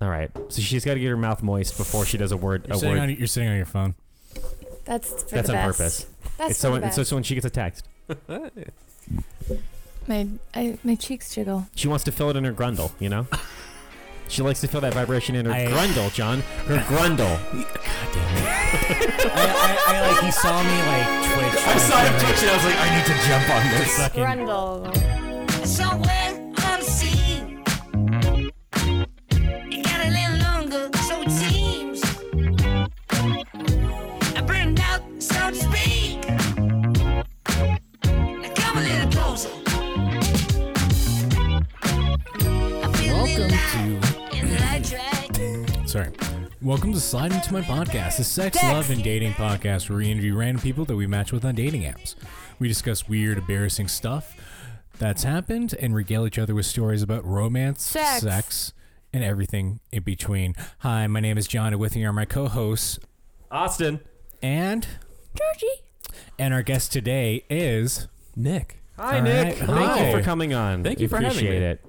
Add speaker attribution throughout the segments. Speaker 1: All right. So she's got to get her mouth moist before she does a word.
Speaker 2: You're
Speaker 1: a
Speaker 2: sitting,
Speaker 1: word.
Speaker 2: on, your- you're sitting on your phone.
Speaker 3: That's for
Speaker 1: That's
Speaker 3: the
Speaker 1: on
Speaker 3: best.
Speaker 1: purpose.
Speaker 3: That's
Speaker 1: it's
Speaker 3: for
Speaker 1: so,
Speaker 3: the
Speaker 1: it's
Speaker 3: best.
Speaker 1: so, so when she gets a text,
Speaker 3: my I, my cheeks jiggle.
Speaker 1: she wants to feel it in her grundle. You know. She likes to feel that vibration in her
Speaker 2: I-
Speaker 1: grundle, John. Her grundle.
Speaker 2: God damn it. I, I, I like, he saw me like twitch.
Speaker 4: I saw him twitch and I was like, I need to jump on this.
Speaker 2: Fucking-
Speaker 3: Grundle.
Speaker 5: somewhere unseen. It got a little longer, so it seems. I burned out, so to speak. Now come a little closer. I feel
Speaker 2: Welcome
Speaker 5: alive
Speaker 2: to
Speaker 5: in the right track.
Speaker 2: Sorry. Welcome to Slide Into My Podcast, the sex,
Speaker 3: Sex.
Speaker 2: love, and dating podcast where we interview random people that we match with on dating apps. We discuss weird, embarrassing stuff that's happened and regale each other with stories about romance,
Speaker 3: Sex.
Speaker 2: and everything in between. Hi, my name is John, and with me are my co hosts
Speaker 1: Austin.
Speaker 2: and
Speaker 3: Georgie.
Speaker 2: and our guest today is
Speaker 4: Nick.
Speaker 1: Hi,
Speaker 2: All
Speaker 1: Nick.
Speaker 2: right.
Speaker 1: Thank
Speaker 2: Hi.
Speaker 1: you for coming on.
Speaker 4: Thank you
Speaker 1: We
Speaker 4: for having
Speaker 1: appreciate
Speaker 4: me.
Speaker 1: it.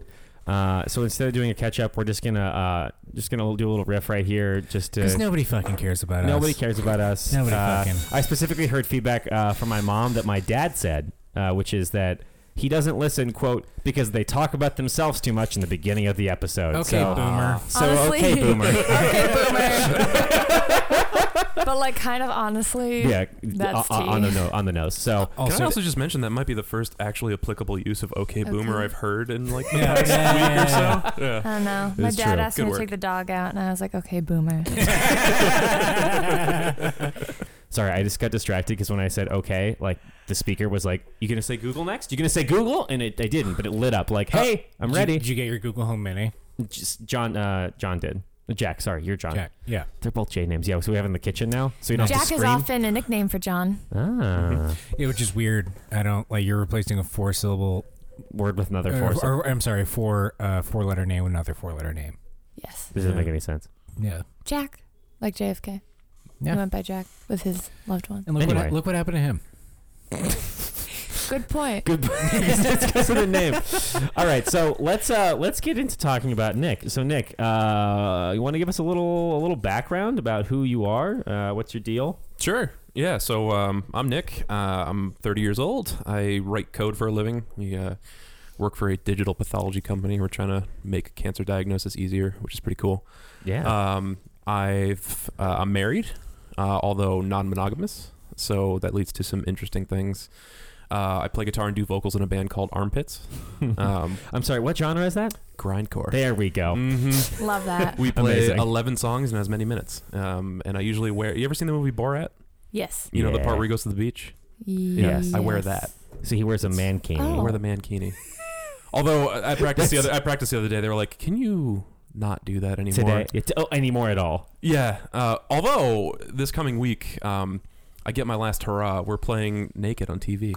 Speaker 1: Uh, so instead of doing a catch up, we're just gonna uh, just gonna do a little riff right here, just to
Speaker 2: because nobody fucking cares about
Speaker 1: Nobody
Speaker 2: us.
Speaker 1: cares about us.
Speaker 2: Nobody
Speaker 1: Uh,
Speaker 2: fucking-
Speaker 1: I specifically heard feedback uh, from my mom that my dad said, uh, which is that he doesn't listen, quote, because they talk about themselves too much in the beginning of the episode.
Speaker 2: Okay,
Speaker 1: so, uh,
Speaker 2: boomer.
Speaker 1: So
Speaker 3: Honestly.
Speaker 1: okay, boomer.
Speaker 3: Okay, boomer. but like, kind of honestly.
Speaker 1: yeah,
Speaker 3: That's
Speaker 1: uh, uh,
Speaker 3: tea.
Speaker 1: on the no, on the nose. So
Speaker 4: Can I
Speaker 2: Also,
Speaker 4: also just mention that might be the first actually applicable use of "Okay, Boomer"
Speaker 3: Okay.
Speaker 4: I've heard in like the
Speaker 2: Yeah,
Speaker 4: past
Speaker 2: yeah,
Speaker 4: week
Speaker 2: yeah,
Speaker 4: or
Speaker 2: yeah.
Speaker 4: so. Yeah.
Speaker 3: I don't know. My
Speaker 1: is
Speaker 3: dad
Speaker 1: true.
Speaker 3: asked
Speaker 4: Good
Speaker 3: me
Speaker 4: work.
Speaker 3: to take the dog out, and I was like, "Okay, boomer."
Speaker 1: sorry, I just got distracted because when I said okay, like the speaker was like, "You gonna say Google next? You gonna say Google?" And it, I didn't, but it lit up like,
Speaker 2: Uh,
Speaker 1: "Hey, I'm
Speaker 2: did you-
Speaker 1: ready."
Speaker 2: Did you get your Google Home Mini?
Speaker 1: Just- John, uh, John did. Jack, sorry, you're John.
Speaker 2: Jack. Yeah.
Speaker 1: They're both J names. Yeah, so we have in the kitchen now, so you don't have
Speaker 3: Jack
Speaker 1: to
Speaker 3: is
Speaker 1: scream.
Speaker 3: often a nickname for John.
Speaker 1: Ah,
Speaker 2: Yeah, which is weird. I don't like you're replacing a four syllable
Speaker 1: word with another
Speaker 2: or,
Speaker 1: force.
Speaker 2: or- I'm sorry, four uh, four letter name with another four letter name.
Speaker 3: Yes,
Speaker 1: This doesn't make any sense.
Speaker 2: Yeah.
Speaker 3: Jack, like JFK.
Speaker 2: Yeah.
Speaker 3: He went by Jack with his loved one.
Speaker 2: And look
Speaker 1: Anyway.
Speaker 2: what look what happened to him.
Speaker 3: Good point.
Speaker 1: Good. it's because of the name. All right, so let's uh let's get into talking about Nick. So Nick, uh, you want to give us a little a little background about who you are? Uh, what's your deal?
Speaker 4: Sure. Yeah. So um, I'm Nick. Uh, I'm 30 years old. I write code for a living. We uh, work for a digital pathology company. We're trying to make cancer diagnosis easier, which is pretty cool.
Speaker 1: Yeah.
Speaker 4: Um, I've uh, I'm married, uh, although non-monogamous, so that leads to some interesting things. Uh, I play guitar and do vocals in a band called Armpits. Um,
Speaker 1: I'm sorry. What genre is that?
Speaker 4: grindcore.
Speaker 1: There we go.
Speaker 4: Mhm.
Speaker 3: Love that.
Speaker 4: We play
Speaker 1: Amazing.
Speaker 4: 11 songs in as many minutes. Um, and I usually wear. You ever seen the movie Borat?
Speaker 3: Yes.
Speaker 4: You know the
Speaker 1: Yeah.
Speaker 4: part where he goes to the beach.
Speaker 3: Yes.
Speaker 4: I wear that.
Speaker 1: So he wears a man
Speaker 4: I
Speaker 1: mankini.
Speaker 3: Oh.
Speaker 4: wear the mankini. Although uh, I I practiced the other, I practiced the other day. They were like, "Can you not do that anymore?"
Speaker 1: Today, it's, oh, anymore at all?
Speaker 4: Yeah. Uh, although this coming week, um, I get my last hurrah. We're playing naked on TV.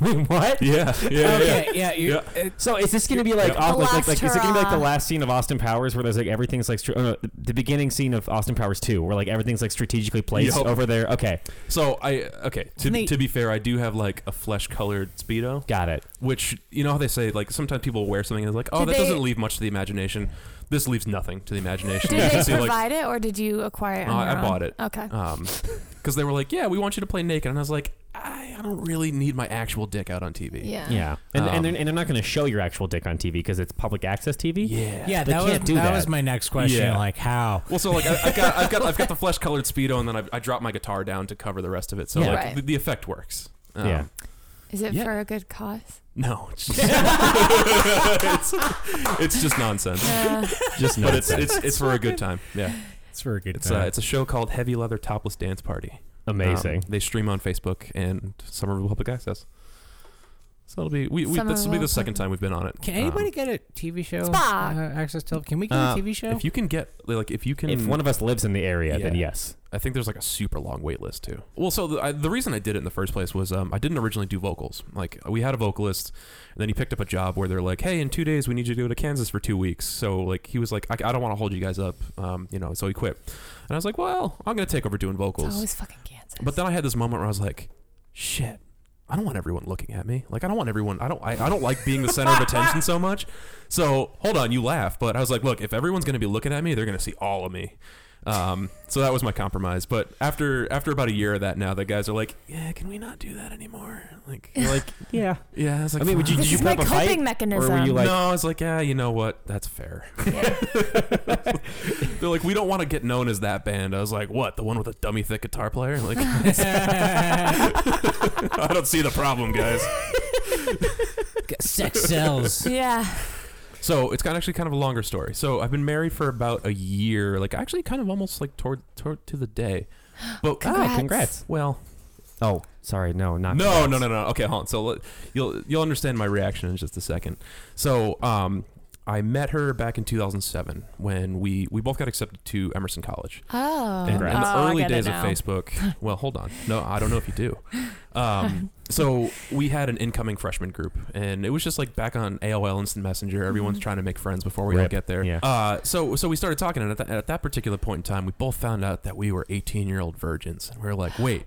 Speaker 1: Wait, what?
Speaker 4: Yeah. Yeah.
Speaker 2: Okay, yeah, you- uh,
Speaker 1: So is this gonna be like
Speaker 4: Yeah.
Speaker 1: off,
Speaker 3: The
Speaker 1: like, like
Speaker 3: last
Speaker 1: like is it gonna be like the
Speaker 3: hurrah.
Speaker 1: last scene of Austin Powers where there's like everything's like str- oh, no, the- the beginning scene of Austin Powers two where like everything's like strategically placed
Speaker 4: Yup.
Speaker 1: over there. Okay,
Speaker 4: So I okay. To,
Speaker 2: Nate-
Speaker 4: to be fair, I do have like a flesh colored speedo,
Speaker 1: got it.
Speaker 4: which you know how they say like sometimes people wear something and they're like, "Oh,
Speaker 3: Did
Speaker 4: that
Speaker 3: they-
Speaker 4: doesn't leave much to the imagination." This leaves nothing to the imagination. You
Speaker 3: Did
Speaker 4: can
Speaker 3: they
Speaker 4: see,
Speaker 3: provide
Speaker 4: like,
Speaker 3: it, or did you acquire it?
Speaker 4: Uh,
Speaker 3: on your
Speaker 4: I
Speaker 3: own?
Speaker 4: bought it.
Speaker 3: Okay.
Speaker 4: um because they were like yeah we want you to play naked and i was like i, I don't really need my actual dick out on tv
Speaker 3: Yeah.
Speaker 1: Yeah, and
Speaker 4: Um,
Speaker 1: and, they're, and they're not gonna show your actual dick on TV because it's public access TV.
Speaker 4: yeah
Speaker 2: yeah,
Speaker 1: They
Speaker 2: that was
Speaker 1: can't do
Speaker 2: that,
Speaker 1: that.
Speaker 2: was my next question.
Speaker 4: Yeah.
Speaker 2: Like how?
Speaker 4: well so like I, i've got i've got i've got the flesh colored speedo and then I, I drop my guitar down to cover the rest of it so
Speaker 1: Yeah.
Speaker 4: like
Speaker 3: Right.
Speaker 4: the, the effect works Um,
Speaker 1: Yeah.
Speaker 3: Is it
Speaker 4: Yeah.
Speaker 3: for a good cause?
Speaker 4: no it's just, it's, it's just nonsense
Speaker 3: Uh,
Speaker 1: just
Speaker 4: but it's
Speaker 1: nonsense.
Speaker 4: it's it's for a good time yeah
Speaker 2: It's for a good
Speaker 4: it's uh, it's a show called heavy leather topless dance party Um,
Speaker 1: amazing.
Speaker 4: they stream on facebook and summer of public access so it'll be we, we
Speaker 3: Summer
Speaker 4: this will be the
Speaker 3: Republic.
Speaker 4: second time we've been on it
Speaker 2: can
Speaker 4: Um,
Speaker 2: anybody get a TV show
Speaker 3: Spock.
Speaker 2: uh, access to? Can we get
Speaker 4: Uh,
Speaker 2: a TV show?
Speaker 4: If you can get like, if you can,
Speaker 1: if one of us lives in the area, then
Speaker 2: Yeah.
Speaker 1: yes.
Speaker 4: I think there's like a super long wait list too. Well, so the, I, the reason I did it in the first place was um, I didn't originally do vocals. Like we had a vocalist, and then he picked up a job where they're like, "Hey, in two days we need you to go to Kansas for two weeks." So like he was like, "I, I don't want to hold you guys up," um, you know. So he quit, and I was like, "Well, I'm gonna take over doing
Speaker 3: it's
Speaker 4: vocals."
Speaker 3: always fucking Kansas.
Speaker 4: But then I had this moment where I was like, "Shit, I don't want everyone looking at me. Like I don't want everyone. I don't. I, I don't like being the center of attention so much. So hold on, you laugh, but I was like, look, if everyone's gonna be looking at me, they're gonna see all of me. Um, so that was my compromise. But after after about a year of that, now the guys are like, yeah, can we not do that anymore? Like, you're like,
Speaker 1: Yeah.
Speaker 4: yeah. I was like,
Speaker 1: I mean, would you?
Speaker 4: "Fine."
Speaker 1: Did
Speaker 3: This
Speaker 1: you
Speaker 3: is
Speaker 1: put
Speaker 3: my
Speaker 1: up a
Speaker 3: coping
Speaker 1: fight,
Speaker 3: mechanism.
Speaker 1: or were you like?
Speaker 4: no, I was like, yeah, you know what? That's fair. They're like, we don't want to get known as that band. I was like, what? The one with a dummy thick guitar player? Like, I don't see the problem, guys.
Speaker 2: Sex sells.
Speaker 3: yeah.
Speaker 4: So it's kind of actually kind of a longer story. So I've been married for about a year, like actually kind of almost like toward toward to the day. But uh,
Speaker 1: Ah, congrats.
Speaker 4: Well,
Speaker 1: Oh, sorry. No, not.
Speaker 4: no,
Speaker 1: congrats.
Speaker 4: no, no, no. Okay, hold on. So let- you'll you'll understand my reaction in just a second. So um, I met her back in 2007 when we we both got accepted to Emerson College.
Speaker 3: Oh.
Speaker 4: And in the
Speaker 3: Oh, I
Speaker 4: early
Speaker 3: get it
Speaker 4: days of
Speaker 3: now.
Speaker 4: Facebook, well, hold on. No, I don't know if you do. Um, so we had an incoming freshman group, and it was just like back on AOL Instant Messenger. Everyone's
Speaker 3: Mm-hmm.
Speaker 4: trying to make friends before we all
Speaker 1: Rip,
Speaker 4: get there.
Speaker 1: yeah.
Speaker 4: Uh, so so we started talking, and at, that at that particular point in time, we both found out that we were 18 year old virgins, and we were like, wait.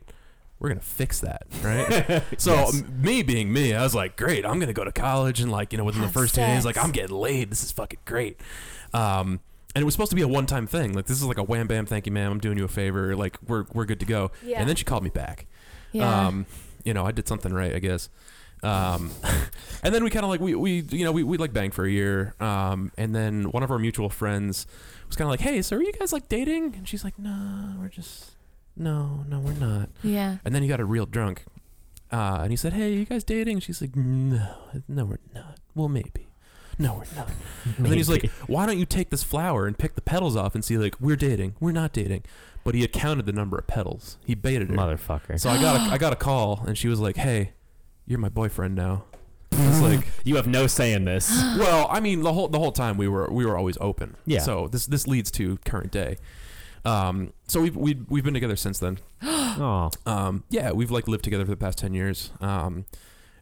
Speaker 4: We're gonna fix that, right? so m- me being me, I was like, "Great, I'm gonna go to college and like, you know, within
Speaker 3: Have
Speaker 4: the first ten days,
Speaker 3: sex.
Speaker 4: like, I'm getting laid. This is fucking great." Um, and it was supposed to be a one-time thing. Like, this is like a wham bam, thank you, ma'am. I'm doing you a favor. Like, we're we're good to go.
Speaker 3: Yeah.
Speaker 4: And then she called me back.
Speaker 3: Yeah.
Speaker 4: Um, you know, I did something right, I guess. Um, and then we kind of like we, we you know we, we like banged for a year. Um, and then one of our mutual friends was kind of like, "Hey, so are you guys like dating?" And she's like, "No, we're just no, no, we're not."
Speaker 3: yeah.
Speaker 4: And then he got a real drunk, uh, and he said, "Hey, you guys dating?" And she's like, "No, no, we're not. Well, maybe." No, we're not. And then he's like, "Why don't you take this flower and pick the petals off and see like we're dating, we're not dating?" But he had counted the number of petals. He baited her.
Speaker 1: motherfucker.
Speaker 4: So I got a, I got a call, and she was like, "Hey, you're my boyfriend now." It's like,
Speaker 1: you have no say in this.
Speaker 4: well, I mean, the whole the whole time we were we were always open.
Speaker 1: Yeah.
Speaker 4: So this this leads to current day. Um. So we we we've been together since then.
Speaker 1: oh,
Speaker 4: Um. Yeah. We've like lived together for the past ten years. Um.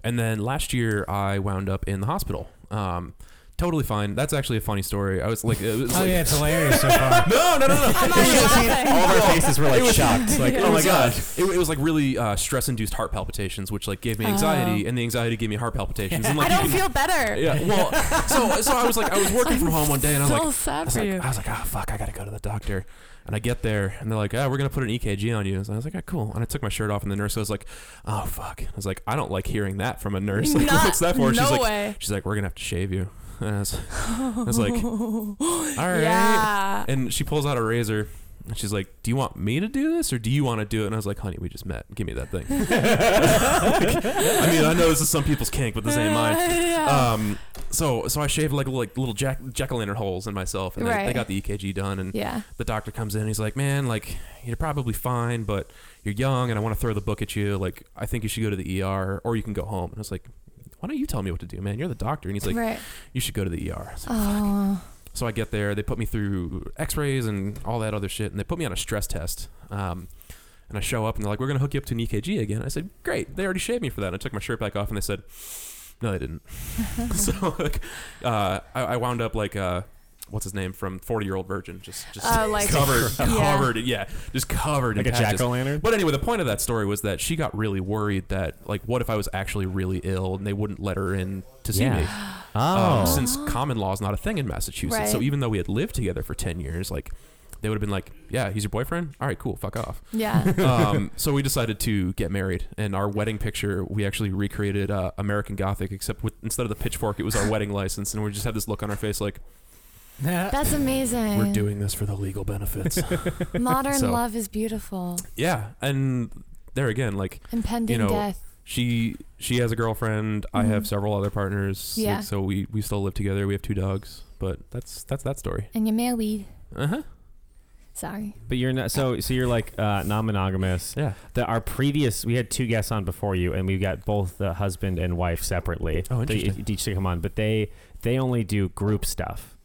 Speaker 4: And then last year I wound up in the hospital. Um. Totally fine. That's actually a funny story. I was like, it was
Speaker 2: Oh
Speaker 4: like
Speaker 2: yeah, it's hilarious so far.
Speaker 4: no, no, no, no.
Speaker 3: I'm already laughing.
Speaker 1: all of our faces were like shocked. Like, oh my god.
Speaker 4: it, it was like really uh, stress-induced heart palpitations, which like gave me anxiety, and the anxiety gave me heart palpitations. And, like,
Speaker 3: Oh. I
Speaker 4: you
Speaker 3: don't
Speaker 4: can-
Speaker 3: feel better.
Speaker 4: Yeah. Well, so so I was like, I was working from home one day, and I was
Speaker 3: so
Speaker 4: like, I
Speaker 3: sad
Speaker 4: was
Speaker 3: for
Speaker 4: like,
Speaker 3: you.
Speaker 4: I was like, oh fuck, I gotta go to the doctor. And I get there, and they're like, "Ah, we're gonna put an EKG on you." And I was like, "Ah, "Cool." And I took my shirt off, and the nurse was like, "Oh fuck." I was like, "I don't like hearing that from a nurse. Like,
Speaker 3: Not-
Speaker 4: what's that for?"
Speaker 3: no
Speaker 4: she's like,
Speaker 3: way.
Speaker 4: "She's like, we're gonna have to shave you." And I was, I was like, "All right."
Speaker 3: Yeah.
Speaker 4: And she pulls out a razor. And she's like, "Do you want me to do this, or do you want to do it?" And I was like, "Honey, we just met. Give me that thing." I mean, I know this is some people's kink, but this ain't mine.
Speaker 3: Yeah.
Speaker 4: Um, so so I shaved like little- like little jack jack o' lantern holes in myself, and they- they,
Speaker 3: Right.
Speaker 4: got the EKG done, and
Speaker 3: yeah.
Speaker 4: the doctor comes in, and he's like, "Man, like you're probably fine, but you're young, and I want to throw the book at you. Like I think you should go to the ER, or you can go home." And I was like, "Why don't you tell me what to do, man? You're the doctor." And he's like,
Speaker 3: right.
Speaker 4: "You should go to the ER." I was like,
Speaker 3: Oh.
Speaker 4: so I get there, they put me through X-rays and all that other shit, and they put me on a stress test. Um, and I show up, and they're like, "We're gonna hook you up to an EKG again." I said, "Great." They already shaved me for that. And I took my shirt back off, and they said, "No, they didn't." so like, uh, I, I wound up like. Uh, What's his name from Forty Year Old Virgin? Just, just
Speaker 3: Oh, like-
Speaker 4: covered,
Speaker 3: Yeah.
Speaker 4: covered, yeah, just covered
Speaker 1: Like a
Speaker 4: in patches.
Speaker 1: jack o' lantern.
Speaker 4: But anyway, the point of that story was that she got really worried that, like, what if I was actually really ill and they wouldn't let her in to see
Speaker 1: Yeah.
Speaker 4: me?
Speaker 1: Oh,
Speaker 4: um, since common law is not a thing in Massachusetts. So
Speaker 3: Right.
Speaker 4: even though we had lived together for 10 years, like they would have been like, yeah, he's your boyfriend. All right, cool. Fuck off.
Speaker 3: Yeah.
Speaker 4: um, so we decided to get married and our wedding picture, we actually recreated uh, American Gothic, except with, instead of the pitchfork, it was our wedding license. And we just had this look on our face like
Speaker 3: That's amazing.
Speaker 4: we're doing this for the legal benefits.
Speaker 3: Modern
Speaker 4: So-
Speaker 3: love is beautiful.
Speaker 4: yeah. And there again, like
Speaker 3: Impending
Speaker 4: know,
Speaker 3: death.
Speaker 4: she, she has a girlfriend. I have several other partners. like,
Speaker 3: Yeah.
Speaker 4: so we, we still live together. We have two dogs, but that's, that's that story.
Speaker 3: And you may weed.
Speaker 4: Uh huh.
Speaker 3: Sorry.
Speaker 1: but you're not. So, so you're like uh, non-monogamous.
Speaker 4: Yeah.
Speaker 1: The, our previous, we had two guests on before you, and we got both the husband and wife separately.
Speaker 4: Oh,
Speaker 1: They
Speaker 4: interesting.
Speaker 1: each to come on, but they they only do group stuff.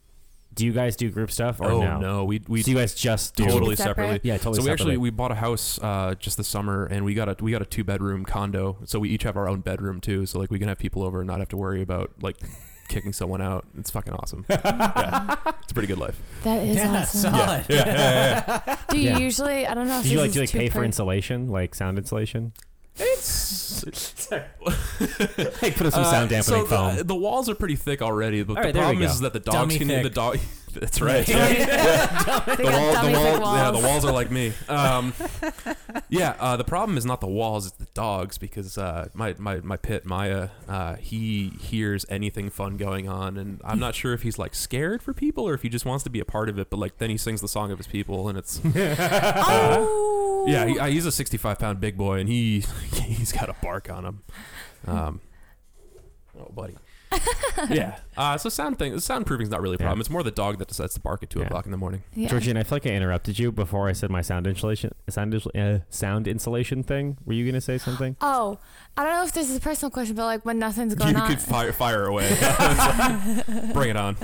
Speaker 1: Do you guys do group stuff or
Speaker 4: oh
Speaker 1: no?
Speaker 4: we we
Speaker 1: so you guys just do
Speaker 4: totally
Speaker 3: Separate?
Speaker 4: separately.
Speaker 1: Yeah, totally.
Speaker 4: so we actually
Speaker 1: separately.
Speaker 4: we bought a house uh, just this summer, and we got a we got a two bedroom condo. So we each have our own bedroom too. So like we can have people over and not have to worry about like kicking someone out. It's fucking awesome. yeah. It's a pretty good life.
Speaker 3: That is awesome.
Speaker 2: solid.
Speaker 3: Do you
Speaker 1: Yeah.
Speaker 3: usually? I don't know if
Speaker 1: Did you
Speaker 3: this
Speaker 1: like do you
Speaker 3: is
Speaker 1: like
Speaker 3: too
Speaker 1: pay for
Speaker 3: per-
Speaker 1: insulation, like sound insulation?
Speaker 4: It's
Speaker 1: Hey, put up some
Speaker 4: Uh,
Speaker 1: sound dampening
Speaker 4: so
Speaker 1: foam.
Speaker 4: The, the walls are pretty thick already, but
Speaker 1: All right,
Speaker 4: the
Speaker 1: there we
Speaker 4: problem
Speaker 1: go.
Speaker 4: is that the dogs
Speaker 2: Dummy
Speaker 4: can
Speaker 2: thick.
Speaker 4: the dog. That's right.
Speaker 3: They
Speaker 4: the
Speaker 3: got
Speaker 4: wall,
Speaker 3: dummy
Speaker 4: the
Speaker 3: thick
Speaker 4: wall, yeah, the
Speaker 3: walls.
Speaker 4: walls are like me. Um, yeah, uh, the problem is not the walls; it's the dogs because uh, my, my my pit Maya, uh, he hears anything fun going on, and I'm not sure if he's like scared for people or if he just wants to be a part of it. But like then he sings the song of his people, and it's
Speaker 3: Oh.
Speaker 4: yeah, he, uh, he's a 65 pound big boy, and he he's got a bark on him. Um, oh, buddy. yeah. Uh, so sound thing, soundproofing's not really a problem.
Speaker 1: Yeah.
Speaker 4: It's more the dog that decides to bark at two
Speaker 1: Yeah.
Speaker 4: o'clock in the morning.
Speaker 3: Yeah.
Speaker 1: Georgine, I feel like I interrupted you before I said my sound insulation, sound, insul- uh, sound insulation thing. Were you gonna say something?
Speaker 3: Oh, I don't know if this is a personal question, but like when nothing's going
Speaker 4: you
Speaker 3: on,
Speaker 4: could fire fire away. Bring it on.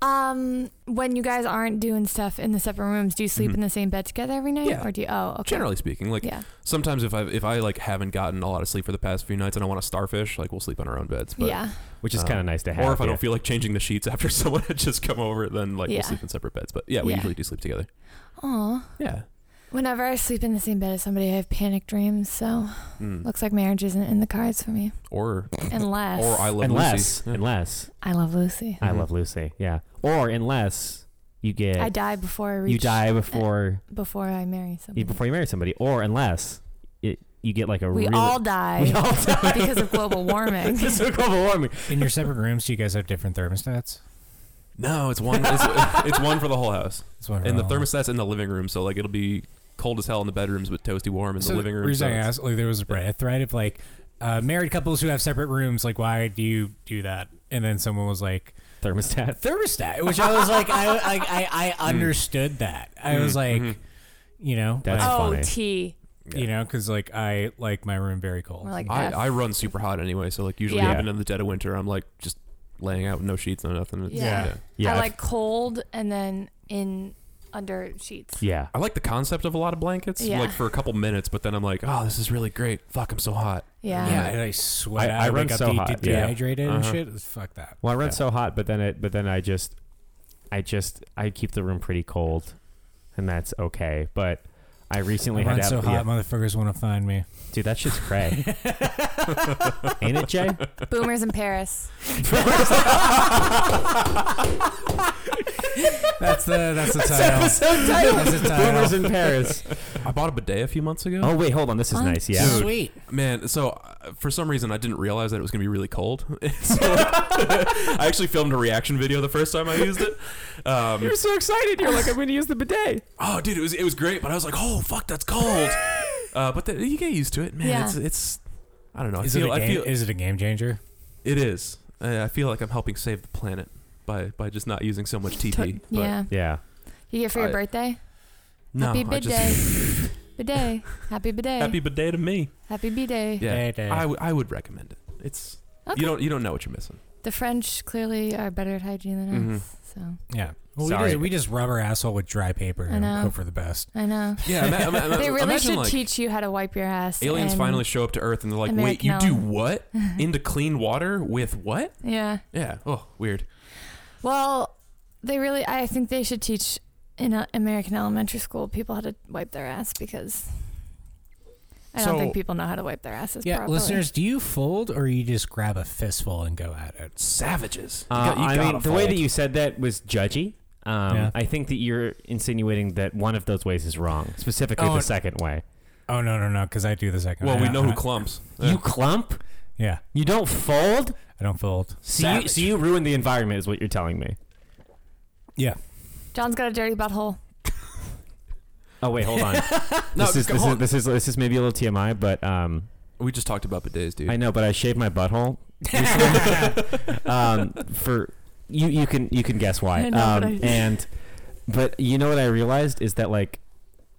Speaker 3: um, when you guys aren't doing stuff in the separate rooms, do you sleep
Speaker 4: Mhm.
Speaker 3: in the same bed together every night,
Speaker 4: Yeah.
Speaker 3: or do you? Oh, okay.
Speaker 4: Generally speaking, like
Speaker 3: yeah,
Speaker 4: sometimes if I if I like haven't gotten a lot of sleep for the past few nights and I want to starfish, like we'll sleep on our own beds. But,
Speaker 3: yeah.
Speaker 1: Which is
Speaker 4: um,
Speaker 1: kind of nice to have.
Speaker 4: Or if I
Speaker 1: yeah.
Speaker 4: don't feel like changing the sheets after someone had just come over, then like
Speaker 3: Yeah.
Speaker 4: we'll sleep in separate beds. But yeah, we
Speaker 3: Yeah.
Speaker 4: usually do sleep together.
Speaker 3: Aw.
Speaker 4: Yeah.
Speaker 3: Whenever I sleep in the same bed as somebody, I have panic dreams. So
Speaker 4: Mm.
Speaker 3: looks like marriage isn't in the cards for me,
Speaker 4: Or
Speaker 3: unless
Speaker 4: or I love
Speaker 1: unless,
Speaker 4: Lucy. Yeah.
Speaker 1: unless
Speaker 3: I love Lucy.
Speaker 1: I
Speaker 4: Mhm.
Speaker 1: love Lucy, yeah. Or unless you get
Speaker 3: I die before I reach. Um,
Speaker 1: you die before
Speaker 3: before I marry somebody.
Speaker 1: you- before you marry somebody, or unless it, you get like a
Speaker 3: we
Speaker 1: really,
Speaker 3: all die
Speaker 1: we all die
Speaker 3: because of global warming.
Speaker 1: This is global warming.
Speaker 2: In your separate rooms, do you guys have different thermostats?
Speaker 4: No, it's one. It's, it's one for the whole house,
Speaker 2: That's what I
Speaker 4: and the
Speaker 2: realized.
Speaker 4: thermostat's in the living room. So like it'll be cold as hell in the bedrooms, but toasty warm in the
Speaker 2: So
Speaker 4: living room.
Speaker 2: reason
Speaker 4: so
Speaker 2: I
Speaker 4: it's-
Speaker 2: asked, like, there was a thread, thread of like uh, married couples who have separate rooms. Like, why do you do that? And then someone was like,
Speaker 1: Thermostat.
Speaker 2: thermostat, which I was like, I, I, I, I understood that. I was like, you know,
Speaker 1: That's
Speaker 2: like,
Speaker 3: oh,
Speaker 1: funny.
Speaker 3: T.
Speaker 2: you know, because like I like my room very cold.
Speaker 3: We're like
Speaker 4: I,
Speaker 3: F.
Speaker 4: I run super hot anyway, so like usually
Speaker 3: Yeah.
Speaker 4: even in the dead of winter, I'm like just laying out with no sheets, no nothing. It's-
Speaker 3: Yeah.
Speaker 1: Yeah,
Speaker 3: I like cold and then in under sheets.
Speaker 1: yeah.
Speaker 4: I like the concept of a lot of blankets,
Speaker 3: Yeah.
Speaker 4: like for a couple minutes, but then I'm like, oh, this is really great. Fuck, I'm so hot.
Speaker 3: Yeah.
Speaker 2: yeah, and I sweat.
Speaker 1: I-
Speaker 2: I,
Speaker 1: I run
Speaker 2: wake
Speaker 1: so
Speaker 2: up de-
Speaker 1: hot,
Speaker 2: de-
Speaker 1: yeah.
Speaker 2: dehydrated and
Speaker 4: Uh-huh.
Speaker 2: shit. Fuck that.
Speaker 1: Well, I run
Speaker 2: Yeah.
Speaker 1: so hot, but then it, but then I just, I just, I keep the room pretty cold, and that's okay. But I recently
Speaker 2: I
Speaker 1: had
Speaker 2: run
Speaker 1: to
Speaker 2: so
Speaker 1: have,
Speaker 2: hot, motherfuckers want to find me.
Speaker 1: yeah. dude, that shit's cray, ain't it, Jay?
Speaker 3: Boomers in Paris.
Speaker 2: That's the that's the title. That's the title.
Speaker 1: Boomers in Paris.
Speaker 4: I bought a bidet a few months ago.
Speaker 1: Oh wait, hold on, this is nice. Yeah,
Speaker 4: Dude.
Speaker 2: Sweet.
Speaker 4: Man, so uh, for some reason I didn't realize that it was gonna be really cold. So, I actually filmed a reaction video the first time I used it. Um,
Speaker 1: you're so excited. You're like, I'm going to use the bidet.
Speaker 4: oh, dude, it was it was great, but I was like, oh fuck, that's cold. uh, but then you get used to it, man.
Speaker 3: Yeah.
Speaker 4: It's it's I don't know.
Speaker 2: Is
Speaker 4: I
Speaker 2: it, a
Speaker 4: feel,
Speaker 2: game,
Speaker 4: I feel
Speaker 2: is it a game changer?
Speaker 4: it is. Uh, I feel like I'm helping save the planet by by just not using so much TP. but
Speaker 3: yeah.
Speaker 1: Yeah,
Speaker 3: You get for your
Speaker 4: I-
Speaker 3: birthday?
Speaker 4: No,
Speaker 3: Happy
Speaker 4: I
Speaker 3: bidet.
Speaker 4: just
Speaker 3: bidet. Happy bidet.
Speaker 4: happy bidet to me.
Speaker 3: Happy bidet.
Speaker 4: Yeah,
Speaker 2: Bidet.
Speaker 4: I, w- I would recommend it. It's
Speaker 3: Okay.
Speaker 4: you don't you don't know what you're missing.
Speaker 3: The French clearly are better at hygiene than
Speaker 4: Mhm.
Speaker 3: us. So
Speaker 2: Yeah. Well,
Speaker 1: Sorry.
Speaker 2: We, just, we just rub our asshole with dry paper
Speaker 3: I
Speaker 2: and
Speaker 3: know.
Speaker 2: hope for the best.
Speaker 3: I know.
Speaker 4: Yeah, ima- ima- ima-
Speaker 3: They really
Speaker 4: imagine,
Speaker 3: should
Speaker 4: like,
Speaker 3: teach you how to wipe your ass.
Speaker 4: Aliens
Speaker 3: and-
Speaker 4: finally show up to Earth and they're like, "Wait,
Speaker 3: American
Speaker 4: you do
Speaker 3: Allen."
Speaker 4: what? Into clean water with what?"
Speaker 3: Yeah.
Speaker 4: Yeah. Oh, weird.
Speaker 3: Well, they really, I think they should teach in uh, American elementary school people how to wipe their ass because I don't
Speaker 4: So-
Speaker 3: think people know how to wipe their asses
Speaker 2: Yeah,
Speaker 3: properly.
Speaker 2: listeners, do you fold or you just grab a fistful and go at it?
Speaker 4: Savages. You
Speaker 1: uh,
Speaker 4: got- you
Speaker 1: I mean,
Speaker 4: gotta
Speaker 1: the way that
Speaker 4: fold.
Speaker 1: you said that was judgy. Um,
Speaker 2: Yeah.
Speaker 1: I think that you're insinuating that one of those ways is wrong, specifically
Speaker 2: Oh,
Speaker 1: the
Speaker 2: and-
Speaker 1: second way.
Speaker 2: Oh no, no, no, because I do the second.
Speaker 4: Well,
Speaker 2: I
Speaker 4: we
Speaker 2: don't-
Speaker 4: know
Speaker 2: Uh-huh. I
Speaker 4: who
Speaker 2: don't-
Speaker 4: clumps.
Speaker 1: You clump.
Speaker 2: Yeah,
Speaker 1: You don't fold.
Speaker 2: I don't fold.
Speaker 1: So you, so you ruined the environment, is what you're telling me.
Speaker 2: Yeah.
Speaker 3: John's got a dirty butthole.
Speaker 1: Oh wait, hold on.
Speaker 4: No,
Speaker 1: this, is,
Speaker 4: go
Speaker 1: this, is,
Speaker 4: on.
Speaker 1: this is this is maybe a little TMI, but um,
Speaker 4: we just talked about bidets, dude.
Speaker 1: I know, but I shaved my butthole. recently. um, for you, you can you can guess why.
Speaker 3: I know,
Speaker 1: um,
Speaker 3: but I-
Speaker 1: And but you know what I realized is that like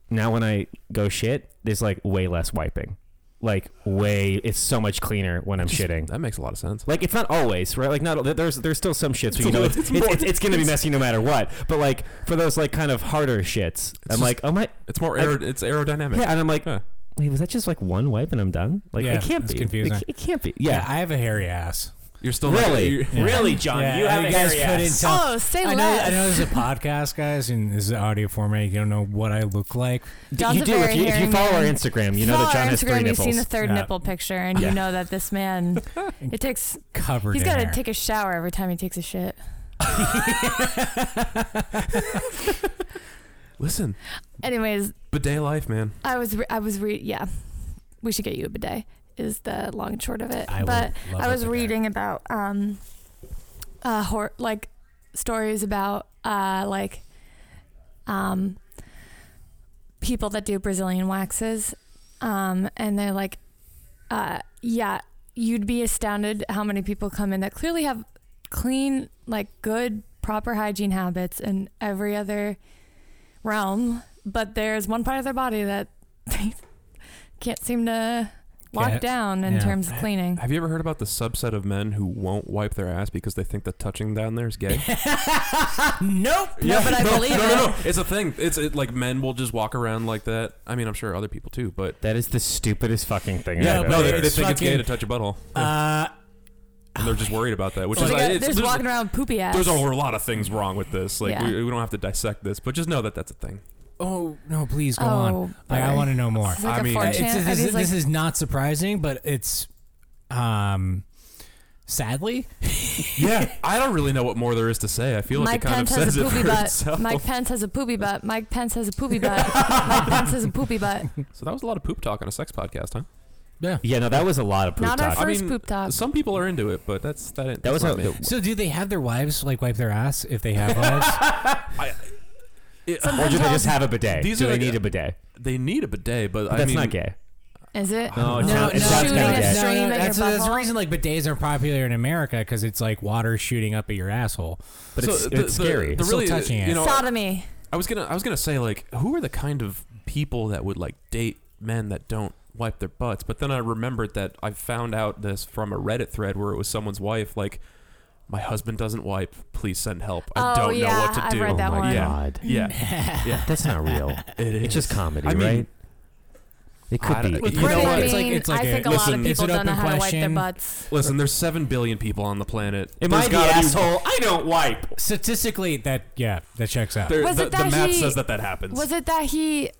Speaker 1: now when I go shit, there's like way less wiping. Like way, it's so much cleaner when I'm
Speaker 4: Just-
Speaker 1: shitting.
Speaker 4: That makes a lot of sense.
Speaker 1: Like it's not always right. Like not there- there's there's still some shits where you
Speaker 4: a
Speaker 1: know it's it's,
Speaker 4: little- it's
Speaker 1: it's,
Speaker 4: more-
Speaker 1: it's, gonna be messy no matter what. But like for those like kind of harder shits, I'm
Speaker 4: just-
Speaker 1: like oh my
Speaker 4: It's more aer- it's aerodynamic.
Speaker 1: yeah, and I'm like
Speaker 4: Huh.
Speaker 1: wait was that just like one wipe and I'm done? Like
Speaker 2: Yeah,
Speaker 1: it can't
Speaker 2: that's
Speaker 1: be
Speaker 2: confusing.
Speaker 1: It, it can't be.
Speaker 2: Yeah,
Speaker 1: Yeah,
Speaker 2: I have a hairy ass.
Speaker 4: You're still not-
Speaker 1: Really?
Speaker 4: you're-
Speaker 2: Yeah.
Speaker 6: Really, John?
Speaker 2: Yeah,
Speaker 6: you have
Speaker 2: you
Speaker 6: a
Speaker 2: guys
Speaker 6: hairy
Speaker 2: put in
Speaker 6: ass.
Speaker 2: time.
Speaker 3: Oh, say
Speaker 2: I know,
Speaker 3: less.
Speaker 2: I know this is a podcast, guys, and this is audio format. You don't know what I look like.
Speaker 3: John's
Speaker 1: you
Speaker 3: a
Speaker 1: do if
Speaker 3: very
Speaker 1: you, if you
Speaker 3: hairy
Speaker 1: follow our
Speaker 3: man.
Speaker 1: Instagram, you know that
Speaker 3: Follow
Speaker 1: John
Speaker 3: our
Speaker 1: has
Speaker 3: Instagram,
Speaker 1: three
Speaker 3: You've
Speaker 1: nipples.
Speaker 3: seen the third
Speaker 2: Yeah.
Speaker 3: nipple picture, and
Speaker 1: Yeah.
Speaker 3: you know that this man. It takes.
Speaker 2: Covered.
Speaker 3: He's
Speaker 2: in
Speaker 3: got to
Speaker 2: hair.
Speaker 3: take a shower every time he takes a shit.
Speaker 4: Listen,
Speaker 3: Anyways,
Speaker 4: bidet life, man.
Speaker 3: I was re- I was re- yeah. We should get you a bidet. Is the long and short of it.
Speaker 2: I would
Speaker 3: but
Speaker 2: love
Speaker 3: I
Speaker 2: a
Speaker 3: was
Speaker 2: bidet.
Speaker 3: reading about um, uh, hor- like stories about uh, like um, people that do Brazilian waxes, um, and they're like, uh, yeah, you'd be astounded how many people come in that clearly have clean, like good, proper hygiene habits in every other realm, but there's one part of their body that they can't seem to lock
Speaker 2: Can't-
Speaker 3: down in
Speaker 2: yeah.
Speaker 3: terms of cleaning.
Speaker 4: Have you ever heard about the subset of men who won't wipe their ass because they think that touching down there is gay?
Speaker 6: nope.
Speaker 3: No, but I
Speaker 4: no,
Speaker 3: believe
Speaker 4: no, no,
Speaker 3: it.
Speaker 4: no, It's a thing. It's it, like men will just walk around like that. I mean, I'm sure other people too, but
Speaker 1: That is the stupidest fucking thing.
Speaker 2: Yeah,
Speaker 1: I've
Speaker 2: but
Speaker 4: no,
Speaker 1: ever
Speaker 4: they,
Speaker 1: heard.
Speaker 4: they think it's gay
Speaker 2: fucking-
Speaker 4: to touch a butthole.
Speaker 2: Uh,
Speaker 4: and they're just worried about that, which
Speaker 3: So
Speaker 4: is
Speaker 3: they
Speaker 4: like,
Speaker 3: got-
Speaker 4: it's,
Speaker 3: they're
Speaker 4: there's,
Speaker 3: just walking around with poopy ass.
Speaker 4: there's a whole lot of things wrong with this. Like
Speaker 3: Yeah.
Speaker 4: we, we don't have to dissect this, but just know that that's a thing.
Speaker 2: oh no! Please go
Speaker 3: Oh,
Speaker 2: on. Like, I
Speaker 3: brother.
Speaker 2: want to know more.
Speaker 3: This is like
Speaker 4: I
Speaker 3: a
Speaker 4: mean-
Speaker 3: 4chan.
Speaker 2: It's- it's-
Speaker 3: Are
Speaker 2: this,
Speaker 3: these
Speaker 2: is,
Speaker 3: like-
Speaker 2: this is not surprising, but it's um, sadly,
Speaker 4: Yeah, I don't really know what more there is to say. I feel like
Speaker 3: Mike
Speaker 4: it kind
Speaker 3: Pence
Speaker 4: of
Speaker 3: has
Speaker 4: says
Speaker 3: a
Speaker 4: it
Speaker 3: poopy
Speaker 4: for
Speaker 3: butt.
Speaker 4: itself.
Speaker 3: Mike Pence has a poopy butt. Mike Pence has a poopy butt. Mike Pence has a poopy butt.
Speaker 4: So that was a lot of poop talk on a sex podcast, huh?
Speaker 2: yeah.
Speaker 1: Yeah, no, that was a lot of poop
Speaker 3: Not our
Speaker 1: talk.
Speaker 3: first- poop talk.
Speaker 4: Some people are into it, but that's that. ain't-
Speaker 1: that was
Speaker 4: that's not
Speaker 1: how.
Speaker 4: me.
Speaker 2: So do they have their wives like wipe their ass if they have wives?
Speaker 4: It-
Speaker 1: Or do they just have a bidet?
Speaker 4: These
Speaker 1: do
Speaker 4: are
Speaker 1: they
Speaker 4: like
Speaker 1: need
Speaker 4: a-
Speaker 1: a bidet?
Speaker 4: they need a bidet, but I
Speaker 1: That's
Speaker 4: mean,
Speaker 1: not gay.
Speaker 3: Is it?
Speaker 1: No,
Speaker 4: it's
Speaker 1: not- it's not
Speaker 3: shooting
Speaker 1: gonna
Speaker 3: a
Speaker 1: get-
Speaker 3: stream at your
Speaker 2: that's, that's the
Speaker 3: butthole?
Speaker 2: reason like bidets are popular in America because it's like water shooting up at your asshole.
Speaker 1: But
Speaker 4: So
Speaker 1: it's,
Speaker 4: the-
Speaker 1: it's
Speaker 4: the-
Speaker 1: scary.
Speaker 4: The
Speaker 2: Still
Speaker 4: really, uh,
Speaker 2: touching it.
Speaker 4: you know,
Speaker 3: Sodomy.
Speaker 4: I was gonna I was gonna say like who are the kind of people that would like date men that don't wipe their butts? But then I remembered that I found out this from a Reddit thread where it was someone's wife like my husband doesn't wipe, please send help. I
Speaker 3: Oh,
Speaker 4: don't know what
Speaker 3: yeah,
Speaker 4: to
Speaker 3: I've
Speaker 4: do.
Speaker 3: read that
Speaker 4: I'm like,
Speaker 3: one.
Speaker 4: Yeah.
Speaker 1: God.
Speaker 4: Yeah.
Speaker 1: That's not real.
Speaker 4: It
Speaker 1: It's just comedy,
Speaker 4: I mean,
Speaker 1: right? It could
Speaker 4: I
Speaker 1: be.
Speaker 4: don't-
Speaker 1: It-
Speaker 4: you
Speaker 3: Right,
Speaker 4: know
Speaker 3: I
Speaker 4: what?
Speaker 3: mean,
Speaker 2: It's like- it's like
Speaker 3: I
Speaker 2: a-
Speaker 3: think a, lot
Speaker 4: listen,
Speaker 3: of
Speaker 2: it's
Speaker 3: people
Speaker 2: an
Speaker 3: don't know
Speaker 2: open
Speaker 3: how to wipe their
Speaker 2: question.
Speaker 3: butts.
Speaker 4: Listen, there's seven billion people on the planet.
Speaker 1: Am
Speaker 4: There's
Speaker 1: I the
Speaker 4: gotta be-
Speaker 1: asshole? I don't wipe.
Speaker 2: Statistically, that yeah, that checks out.
Speaker 4: there-
Speaker 3: Was
Speaker 4: the,
Speaker 3: it
Speaker 4: the
Speaker 3: that
Speaker 4: math
Speaker 3: he-
Speaker 4: says that that happens.
Speaker 3: Was it that he?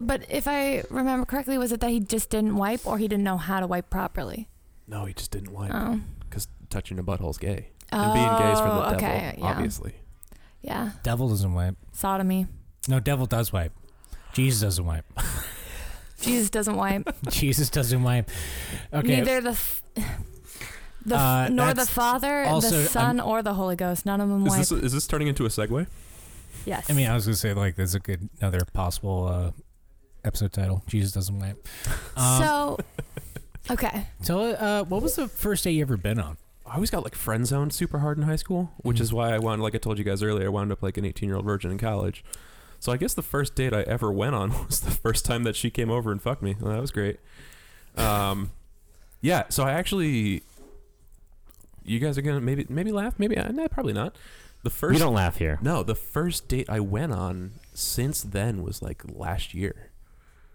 Speaker 3: But if I remember correctly, was it that he just didn't wipe, or he didn't know how to wipe properly?
Speaker 4: no, he just didn't wipe
Speaker 3: Oh,
Speaker 4: because touching a butthole's gay.
Speaker 3: oh
Speaker 4: and being gay is for the devil,
Speaker 3: okay, yeah,
Speaker 4: obviously.
Speaker 3: yeah,
Speaker 2: Devil doesn't wipe.
Speaker 3: sodomy.
Speaker 2: No, devil does wipe. Jesus doesn't wipe.
Speaker 3: Jesus doesn't wipe.
Speaker 2: Jesus doesn't wipe. Okay.
Speaker 3: Neither the. F- The f-
Speaker 2: Uh,
Speaker 3: nor the
Speaker 2: that's
Speaker 3: Father,
Speaker 2: also-
Speaker 3: the Son, or the Holy Ghost. None of them
Speaker 4: Is
Speaker 3: wipe.
Speaker 4: this, is this turning into a segue?
Speaker 3: yes.
Speaker 2: I mean, I was gonna say like there's a good another possible uh, episode title. Jesus doesn't wipe.
Speaker 4: uh,
Speaker 2: Um,
Speaker 3: so, okay.
Speaker 2: Tell uh, what was the first day you ever been on?
Speaker 4: I always got like friend zoned super hard in high school, which is why I wound like I told you guys earlier, I wound up like an 18 year old virgin in college. So I guess the first date I ever went on was the first time that she came over and fucked me. Well, that was great. Um, yeah. So I actually, you guys are gonna maybe maybe laugh, maybe uh, nah, probably not. The
Speaker 1: We
Speaker 4: first
Speaker 1: don't laugh here.
Speaker 4: no, the first date I went on since then was like last year.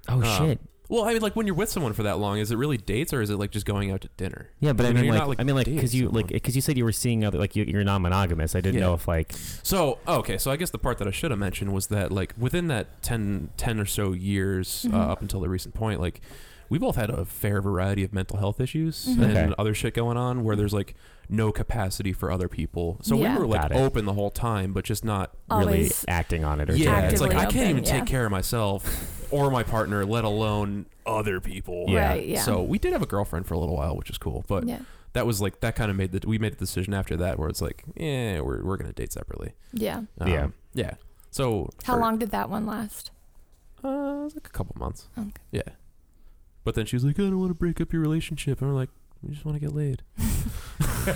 Speaker 1: Oh
Speaker 4: Um,
Speaker 1: shit.
Speaker 4: Well, I mean, like when you're with someone for that long, is it really dates or is it like just going out to dinner?
Speaker 1: Yeah, but
Speaker 4: You
Speaker 1: I
Speaker 4: know,
Speaker 1: mean,
Speaker 4: you're
Speaker 1: like,
Speaker 4: not,
Speaker 1: I mean, like,
Speaker 4: dating
Speaker 1: because you like,
Speaker 4: someone.
Speaker 1: because you said you were seeing other, like, you, you're non-monogamous. I didn't
Speaker 4: Yeah.
Speaker 1: know if like,
Speaker 4: So okay, so I guess the part that I should have mentioned was that like within that 10, 10 or so years uh, up until the recent point, like we both had a fair variety of mental health issues and
Speaker 1: Okay.
Speaker 4: other shit going on where there's like no capacity for other people. So
Speaker 3: Yeah.
Speaker 4: we were like
Speaker 1: Got it.
Speaker 4: open the whole time, but just not.
Speaker 1: really
Speaker 3: Always.
Speaker 1: acting on it or
Speaker 4: Yeah, it's like
Speaker 3: actively
Speaker 4: I can't
Speaker 3: open,
Speaker 4: even
Speaker 3: yeah.
Speaker 4: take care of myself or my partner, let alone other people.
Speaker 1: Yeah.
Speaker 3: Right, yeah.
Speaker 4: So we did have a girlfriend for a little while, which is cool, but
Speaker 3: yeah.
Speaker 4: that was like that kind of made the we made the decision after that where it's like, yeah, we're we're gonna date separately. Um,
Speaker 3: Yeah.
Speaker 1: Yeah.
Speaker 4: Yeah. So
Speaker 3: How
Speaker 4: for-
Speaker 3: long did that one last?
Speaker 4: Uh, it was like a couple months.
Speaker 3: Oh, Okay.
Speaker 4: Yeah. But then she was like, I don't want to break up your relationship. And we're like, we just want to get laid.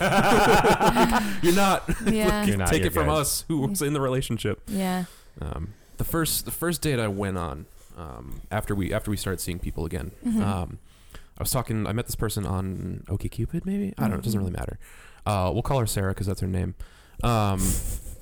Speaker 4: you're not.
Speaker 3: Yeah.
Speaker 1: You're not,
Speaker 4: Take
Speaker 1: you're
Speaker 4: it from
Speaker 1: good.
Speaker 4: us who was in the relationship.
Speaker 3: yeah.
Speaker 4: Um, the first the first date I went on um, after we after we started seeing people again.
Speaker 3: Mm-hmm.
Speaker 4: Um, I was talking. I met this person on OkCupid. Maybe I don't know. It doesn't really matter. Uh, we'll call her Sarah because that's her name. Um,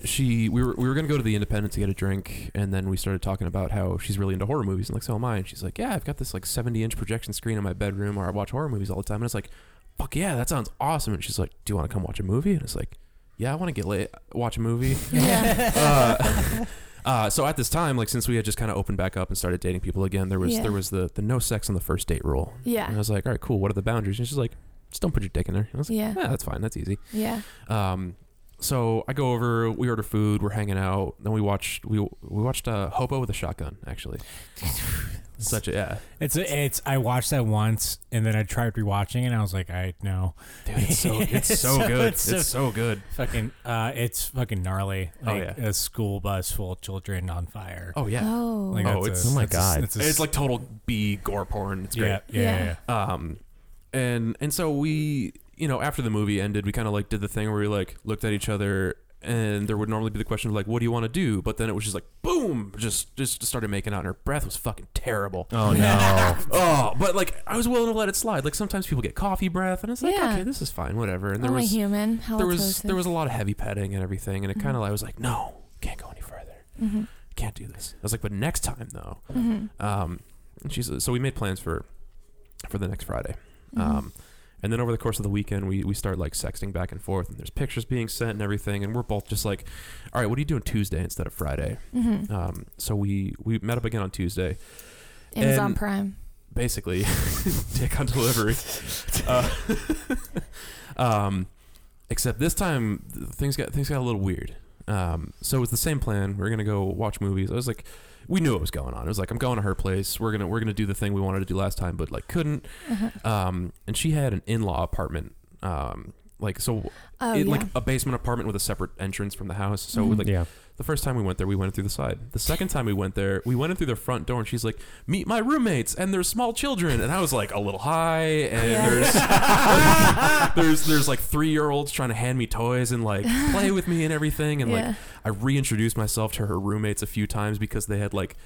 Speaker 4: she we were we were gonna go to the Independent to get a drink, and then we started talking about how she's really into horror movies and like so am I. And she's like, yeah, I've got this like seventy inch projection screen in my bedroom, or I watch horror movies all the time. And it's like, fuck yeah, that sounds awesome. And she's like, do you want to come watch a movie? And it's like, yeah, I want to get late, watch a movie.
Speaker 3: Yeah.
Speaker 4: uh, uh, so at this time, like since we had just kind of opened back up and started dating people again, there was
Speaker 3: Yeah. Ah.
Speaker 4: there was the the no sex on the first date rule. And I
Speaker 3: yeah.
Speaker 4: was like, all right, cool. What are the boundaries? And she's like, just don't put your dick in there. And I was like,
Speaker 3: Yeah.
Speaker 4: yeah, that's fine. That's easy.
Speaker 3: Yeah.
Speaker 4: Um, so I go over, we order food, we're hanging out, then we watched we we watched uh, Hobo with a Shotgun actually. Such a yeah,
Speaker 2: It's it's. I watched that once, and then I tried rewatching, it, and I was like, I no,
Speaker 4: dude, it's so it's so,
Speaker 2: So
Speaker 4: good,
Speaker 2: it's
Speaker 4: it's
Speaker 2: so-
Speaker 4: so, good.
Speaker 2: fucking. Uh, it's fucking gnarly.
Speaker 4: Oh,
Speaker 2: Like
Speaker 4: yeah.
Speaker 2: a school bus full of children on fire.
Speaker 4: Oh yeah,
Speaker 3: Oh.
Speaker 2: Like,
Speaker 4: Oh,
Speaker 2: that's
Speaker 4: it's-
Speaker 2: a-
Speaker 1: oh my
Speaker 2: that's a-
Speaker 1: God.
Speaker 2: that's a-
Speaker 4: it's like total B gore porn. It's great.
Speaker 2: yeah, yeah, yeah,
Speaker 3: Yeah.
Speaker 2: yeah.
Speaker 4: Um, and and so we, you know, after the movie ended, we kind of like did the thing where we like looked at each other, and there would normally be the question of like, what do you want to do? But then it was just like, boom, just just started making out, and her breath was fucking terrible.
Speaker 1: Oh no.
Speaker 4: Oh, but like I was willing to let it slide. Like sometimes people get coffee breath, and it's like,
Speaker 3: Yeah. Oh,
Speaker 4: okay, this is fine, whatever. And there
Speaker 3: I'm a
Speaker 4: was
Speaker 3: human.
Speaker 4: there was there was a lot of heavy petting and everything, and it kind of I was like, no, can't go any further,
Speaker 3: hmm
Speaker 4: can't do this. I was like, but next time though,
Speaker 3: hmm
Speaker 4: um, and she's so we made plans for for the next Friday.
Speaker 3: Mm-hmm.
Speaker 4: Um, and then over the course of the weekend, we, we start like sexting back and forth, and there's pictures being sent and everything, and we're both just like, all right, what are you doing Tuesday instead of Friday?
Speaker 3: hmm
Speaker 4: Um, so we we met up again on Tuesday,
Speaker 3: Amazon
Speaker 4: and-
Speaker 3: Prime.
Speaker 4: basically, dick on delivery. uh, um, except this time th- things got things got a little weird. Um, so it was the same plan. We are gonna go watch movies. I was like, we knew what was going on. It was like I'm going to her place. We're gonna we're gonna do the thing we wanted to do last time, but like couldn't.
Speaker 3: Uh-huh.
Speaker 4: Um, and she had an in-law apartment. Um, like so,
Speaker 3: Oh
Speaker 4: it,
Speaker 3: yeah.
Speaker 4: like a basement apartment with a separate entrance from the house. So
Speaker 3: Mhm.
Speaker 4: like
Speaker 1: yeah.
Speaker 4: the first time we went there, we went in through the side. The second time we went there, we went in through the front door, and she's like, "Meet my roommates and their small children." And I was like, a little high, and
Speaker 3: Yeah.
Speaker 4: there's there's there's like three year olds trying to hand me toys and like play with me and everything, and
Speaker 3: Yeah.
Speaker 4: like I reintroduced myself to her roommates a few times because they had like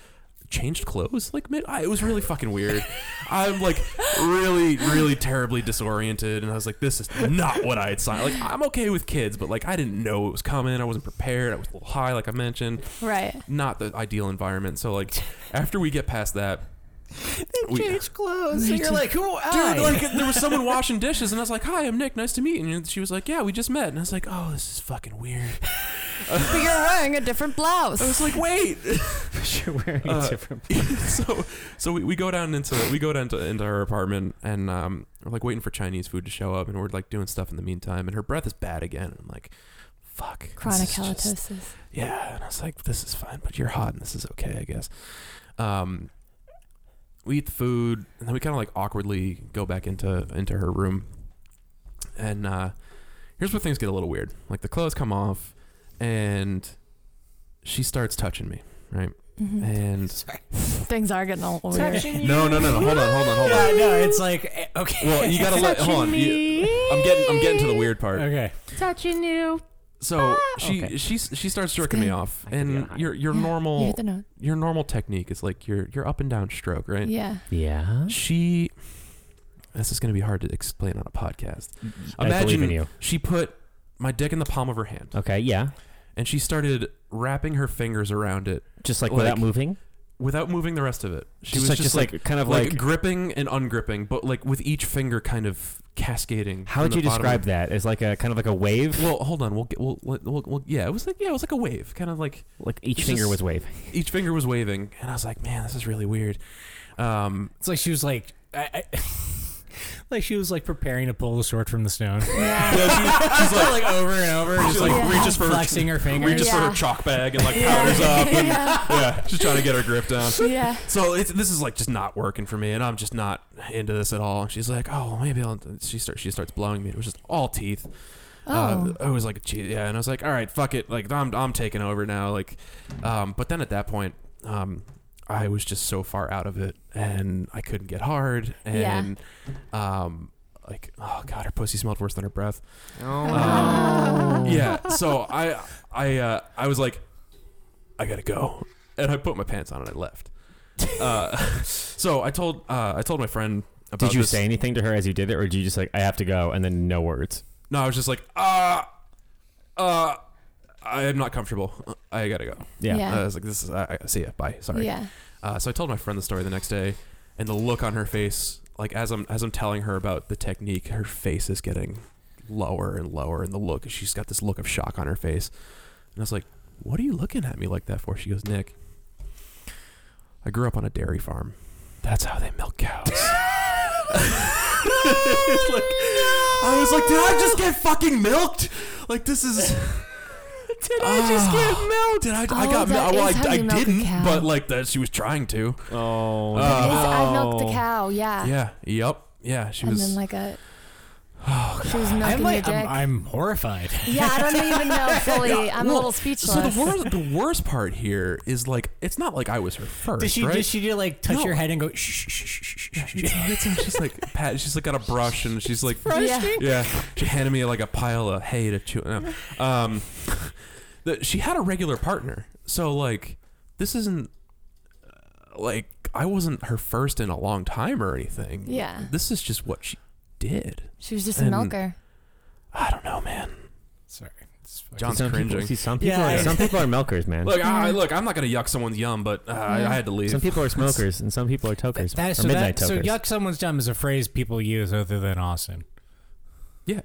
Speaker 4: changed clothes like mid I, it was really fucking weird i'm like really really terribly disoriented and i was like this is not what i had signed like i'm okay with kids but like i didn't know it was coming i wasn't prepared i was a little high like i mentioned
Speaker 3: right.
Speaker 4: not the ideal environment so like after we get past that we,
Speaker 6: clothes. So you're like, who?
Speaker 4: dude like there was someone washing dishes and i was like hi i'm nick nice to meet you and she was like yeah we just met and i was like oh this is fucking weird
Speaker 3: But you're wearing a different blouse.
Speaker 4: i was like wait
Speaker 1: You're wearing
Speaker 4: Uh,
Speaker 1: different.
Speaker 4: so so we, we go down into we go down to, into her apartment and um we're like waiting for Chinese food to show up and we're like doing stuff in the meantime and her breath is bad again and I'm like fuck this
Speaker 3: Chronic
Speaker 4: is just-
Speaker 3: halitosis.
Speaker 4: yeah and I was like this is fine but you're hot and this is okay I guess um we eat the food and then we kind of like awkwardly go back into into her room and uh here's where things get a little weird like the clothes come off and she starts touching me
Speaker 3: Mhm.
Speaker 4: and
Speaker 3: Things are getting a little weird.
Speaker 4: No, no, no, no. Hold on, hold on, hold on.
Speaker 2: no, it's like eh, okay.
Speaker 4: Well, you gotta let. Hold on. You- I'm getting. I'm getting to the weird part.
Speaker 2: Okay.
Speaker 3: Touching you.
Speaker 4: So she
Speaker 1: Okay.
Speaker 4: she she starts jerking me
Speaker 3: good.
Speaker 4: off,
Speaker 1: I could be on
Speaker 4: and
Speaker 1: high.
Speaker 4: your your
Speaker 3: Yeah, You
Speaker 4: normal
Speaker 3: hit the note.
Speaker 4: your normal technique is like your your up and down stroke, right?
Speaker 3: Yeah.
Speaker 1: Yeah.
Speaker 4: She. This is gonna be hard to explain on a podcast.
Speaker 1: I believe in
Speaker 4: Imagine
Speaker 1: you.
Speaker 4: she put my dick in the palm of her hand,
Speaker 1: Okay. Yeah.
Speaker 4: and she started wrapping her fingers around it
Speaker 1: Just like,
Speaker 4: Like-
Speaker 1: without moving.
Speaker 4: without moving the rest of it. She
Speaker 1: just
Speaker 4: was
Speaker 1: like,
Speaker 4: just like,
Speaker 1: kind of
Speaker 4: like,
Speaker 1: like.
Speaker 4: gripping and ungripping, but like with each finger kind of cascading.
Speaker 1: how
Speaker 4: from
Speaker 1: would
Speaker 4: the
Speaker 1: you
Speaker 4: bottom of
Speaker 1: describe that? As like a kind of like a wave.
Speaker 4: Well, hold on. We'll get. We'll, we'll, we'll, we'll- Yeah, it was like. Yeah, it was like a wave. Kind of like
Speaker 1: Like each
Speaker 4: it's
Speaker 1: finger
Speaker 4: just-
Speaker 1: was waving.
Speaker 4: each finger was waving, and I was like, man, this is really weird. Um,
Speaker 2: It's like she was like, I, I, like she was like preparing to pull the sword from the stone.
Speaker 3: Yeah.
Speaker 2: she's, like, over and over, just
Speaker 4: like,
Speaker 2: like
Speaker 3: Yeah.
Speaker 4: reaches for her,
Speaker 2: flexing her fingers.
Speaker 4: reaches for
Speaker 3: Yeah.
Speaker 4: her chalk bag and like
Speaker 3: Yeah.
Speaker 4: powders up. And,
Speaker 3: Yeah.
Speaker 4: yeah, she's trying to get her grip down.
Speaker 3: yeah.
Speaker 4: So it's, this is like just not working for me, and I'm just not into this at all. And she's like, oh, maybe I'll. She starts. She starts blowing me. It was just all teeth.
Speaker 3: Oh.
Speaker 4: Uh, I was like, gee, yeah, and I was like, all right, fuck it, like I'm, I'm taking over now, like, um, but then at that point, um, I was just so far out of it, and I couldn't get hard, and, um, like, oh god, her pussy smelled worse than her breath. oh
Speaker 3: Uh,
Speaker 4: Um, yeah, so I, I, uh, I was like, I gotta go, and I put my pants on and I left. Uh, so I told, uh, I told my friend. About
Speaker 1: Did you
Speaker 4: this.
Speaker 1: say anything to her as you did it, or did you just like I have to go and then no words?
Speaker 4: No, I was just like, uh, uh, I am not comfortable. I gotta go.
Speaker 1: Yeah.
Speaker 3: Yeah.
Speaker 4: I was like, this is, I, I see ya. Bye. Sorry.
Speaker 3: Yeah.
Speaker 4: Uh, so I told my friend the story the next day, and the look on her face, like as I'm as I'm telling her about the technique, her face is getting lower and lower, and the look she's got this look of shock on her face. And I was like, "What are you looking at me like that for?" She goes, "Nick, I grew up on a dairy farm. That's how they milk cows." It's like- I was like, "Did I just get fucking milked? Like this is." Did I
Speaker 3: Ah.
Speaker 4: just get milked? Did I? I
Speaker 3: Oh,
Speaker 4: got mil-
Speaker 3: that
Speaker 4: well,
Speaker 3: is how
Speaker 4: I, I
Speaker 3: you milk a
Speaker 4: didn't,
Speaker 3: cow.
Speaker 4: but like that, she was trying to.
Speaker 1: Oh,
Speaker 4: Uh,
Speaker 3: That is- I
Speaker 1: no.
Speaker 3: milked a cow, yeah.
Speaker 4: Yeah. Yep. Yeah. She
Speaker 3: and
Speaker 4: was. Oh,
Speaker 3: then like a. she was
Speaker 2: I'm,
Speaker 3: milking
Speaker 2: like,
Speaker 3: your
Speaker 2: I'm,
Speaker 3: dick.
Speaker 2: I'm horrified.
Speaker 3: yeah, I don't even know fully. I'm a
Speaker 4: Well,
Speaker 3: little speechless.
Speaker 4: So the worst, the worst part here is like it's not like I was her first,
Speaker 2: Does she
Speaker 4: right?
Speaker 2: does she do like touch
Speaker 4: No.
Speaker 2: your head and go shh shh shh shh shh, shh shh? shh."
Speaker 4: she's like pat. She's like got a brush and she's like,
Speaker 3: yeah.
Speaker 4: yeah. She handed me like a pile of hay to chew. No. Um, the, she had a regular partner, so like this isn't uh, like I wasn't her first in a long time or anything.
Speaker 3: Yeah.
Speaker 4: this is just what she did.
Speaker 3: She was just
Speaker 4: And-
Speaker 3: a milker.
Speaker 4: I don't know, man.
Speaker 2: Sorry. it's fucking-
Speaker 4: John's
Speaker 1: some
Speaker 4: cringing.
Speaker 1: People, see, some people,
Speaker 2: Yeah.
Speaker 1: are, some people are milkers, man.
Speaker 4: Look, I, I- look, I'm not gonna yuck someone's yum, but uh, I, I had to leave.
Speaker 1: some people are smokers, and some people are tokers
Speaker 2: That,
Speaker 1: or
Speaker 2: so,
Speaker 1: midnight
Speaker 2: that, so
Speaker 1: tokers.
Speaker 2: yuck someone's dumb is a phrase people use other than Austin.
Speaker 4: yeah.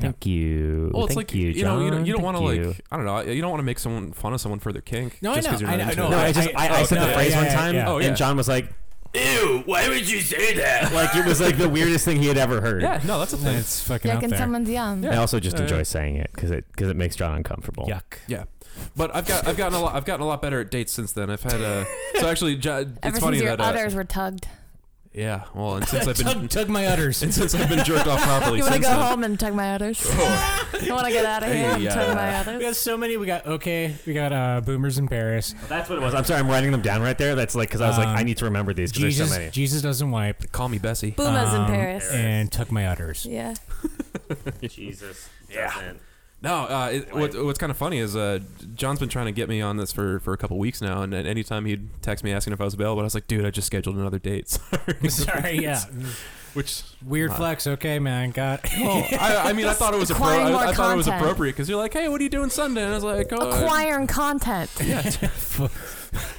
Speaker 1: Thank you.
Speaker 4: Well, it's
Speaker 1: Thank
Speaker 4: like
Speaker 1: you,
Speaker 4: you, know, you
Speaker 1: John.
Speaker 4: don't, you don't
Speaker 1: Thank
Speaker 4: want to
Speaker 1: you.
Speaker 4: like I don't know, you don't want to make someone fun of someone for their kink.
Speaker 2: No, I
Speaker 4: just
Speaker 2: know,
Speaker 4: 'cause you're
Speaker 2: I
Speaker 4: not
Speaker 2: know,
Speaker 4: into
Speaker 2: no,
Speaker 4: it.
Speaker 1: No, I just I, I,
Speaker 2: I-
Speaker 1: said
Speaker 2: no,
Speaker 1: the phrase
Speaker 2: yeah,
Speaker 1: one
Speaker 2: yeah,
Speaker 1: time,
Speaker 2: yeah.
Speaker 4: Oh, yeah.
Speaker 1: and John was like,
Speaker 6: Ew, why would you say that?
Speaker 1: like it was like the weirdest thing he had ever heard.
Speaker 4: yeah, no, that's a thing.
Speaker 2: It's fucking out
Speaker 3: Yucking
Speaker 2: there.
Speaker 3: someone's yum.
Speaker 1: I also just
Speaker 4: Yeah,
Speaker 1: enjoy
Speaker 4: yeah.
Speaker 1: saying it because it because it makes John uncomfortable.
Speaker 2: Yuck.
Speaker 4: Yeah, but I've got I've gotten a lot I've gotten a lot better at dates since then. I've had a so actually Jo- it's
Speaker 3: Ever
Speaker 4: funny
Speaker 3: since your
Speaker 4: that uh,
Speaker 3: udders were tugged.
Speaker 4: yeah well and since I've been
Speaker 2: Tug, tug my udders.
Speaker 4: and since I've been jerked off properly
Speaker 3: You want to
Speaker 4: since
Speaker 3: go
Speaker 4: then.
Speaker 3: home and tug my udders? you want to get out of here and
Speaker 4: Hey,
Speaker 3: tug my
Speaker 4: uh,
Speaker 2: we
Speaker 3: udders?
Speaker 2: got so many. We got okay. We got uh, boomers in Paris.
Speaker 1: That's what it was. I'm sorry, I'm writing them down right there. That's like because I was like,
Speaker 2: Um,
Speaker 1: I need to remember these because there's
Speaker 2: Jesus,
Speaker 1: so many.
Speaker 2: Jesus doesn't wipe.
Speaker 4: Call me Bessie.
Speaker 3: Boomas in
Speaker 2: um,
Speaker 3: Paris.
Speaker 2: And tuck my udders.
Speaker 3: Yeah.
Speaker 1: Jesus.
Speaker 4: Yeah. No, uh, it, what, what's kind of funny is uh, John's been trying to get me on this for, for a couple weeks now, and at any time he'd text me asking if I was available, I was like, dude, I just scheduled another date. Sorry.
Speaker 2: Sorry. Yeah.
Speaker 4: Which
Speaker 2: Weird flex. Okay, man. Got.
Speaker 4: Oh, I, I mean, I thought it was appro-
Speaker 3: Acquiring more
Speaker 4: I, I thought it was
Speaker 3: content.
Speaker 4: appropriate because you're like, hey, what are you doing Sunday? And I was like, oh,
Speaker 3: Acquiring content.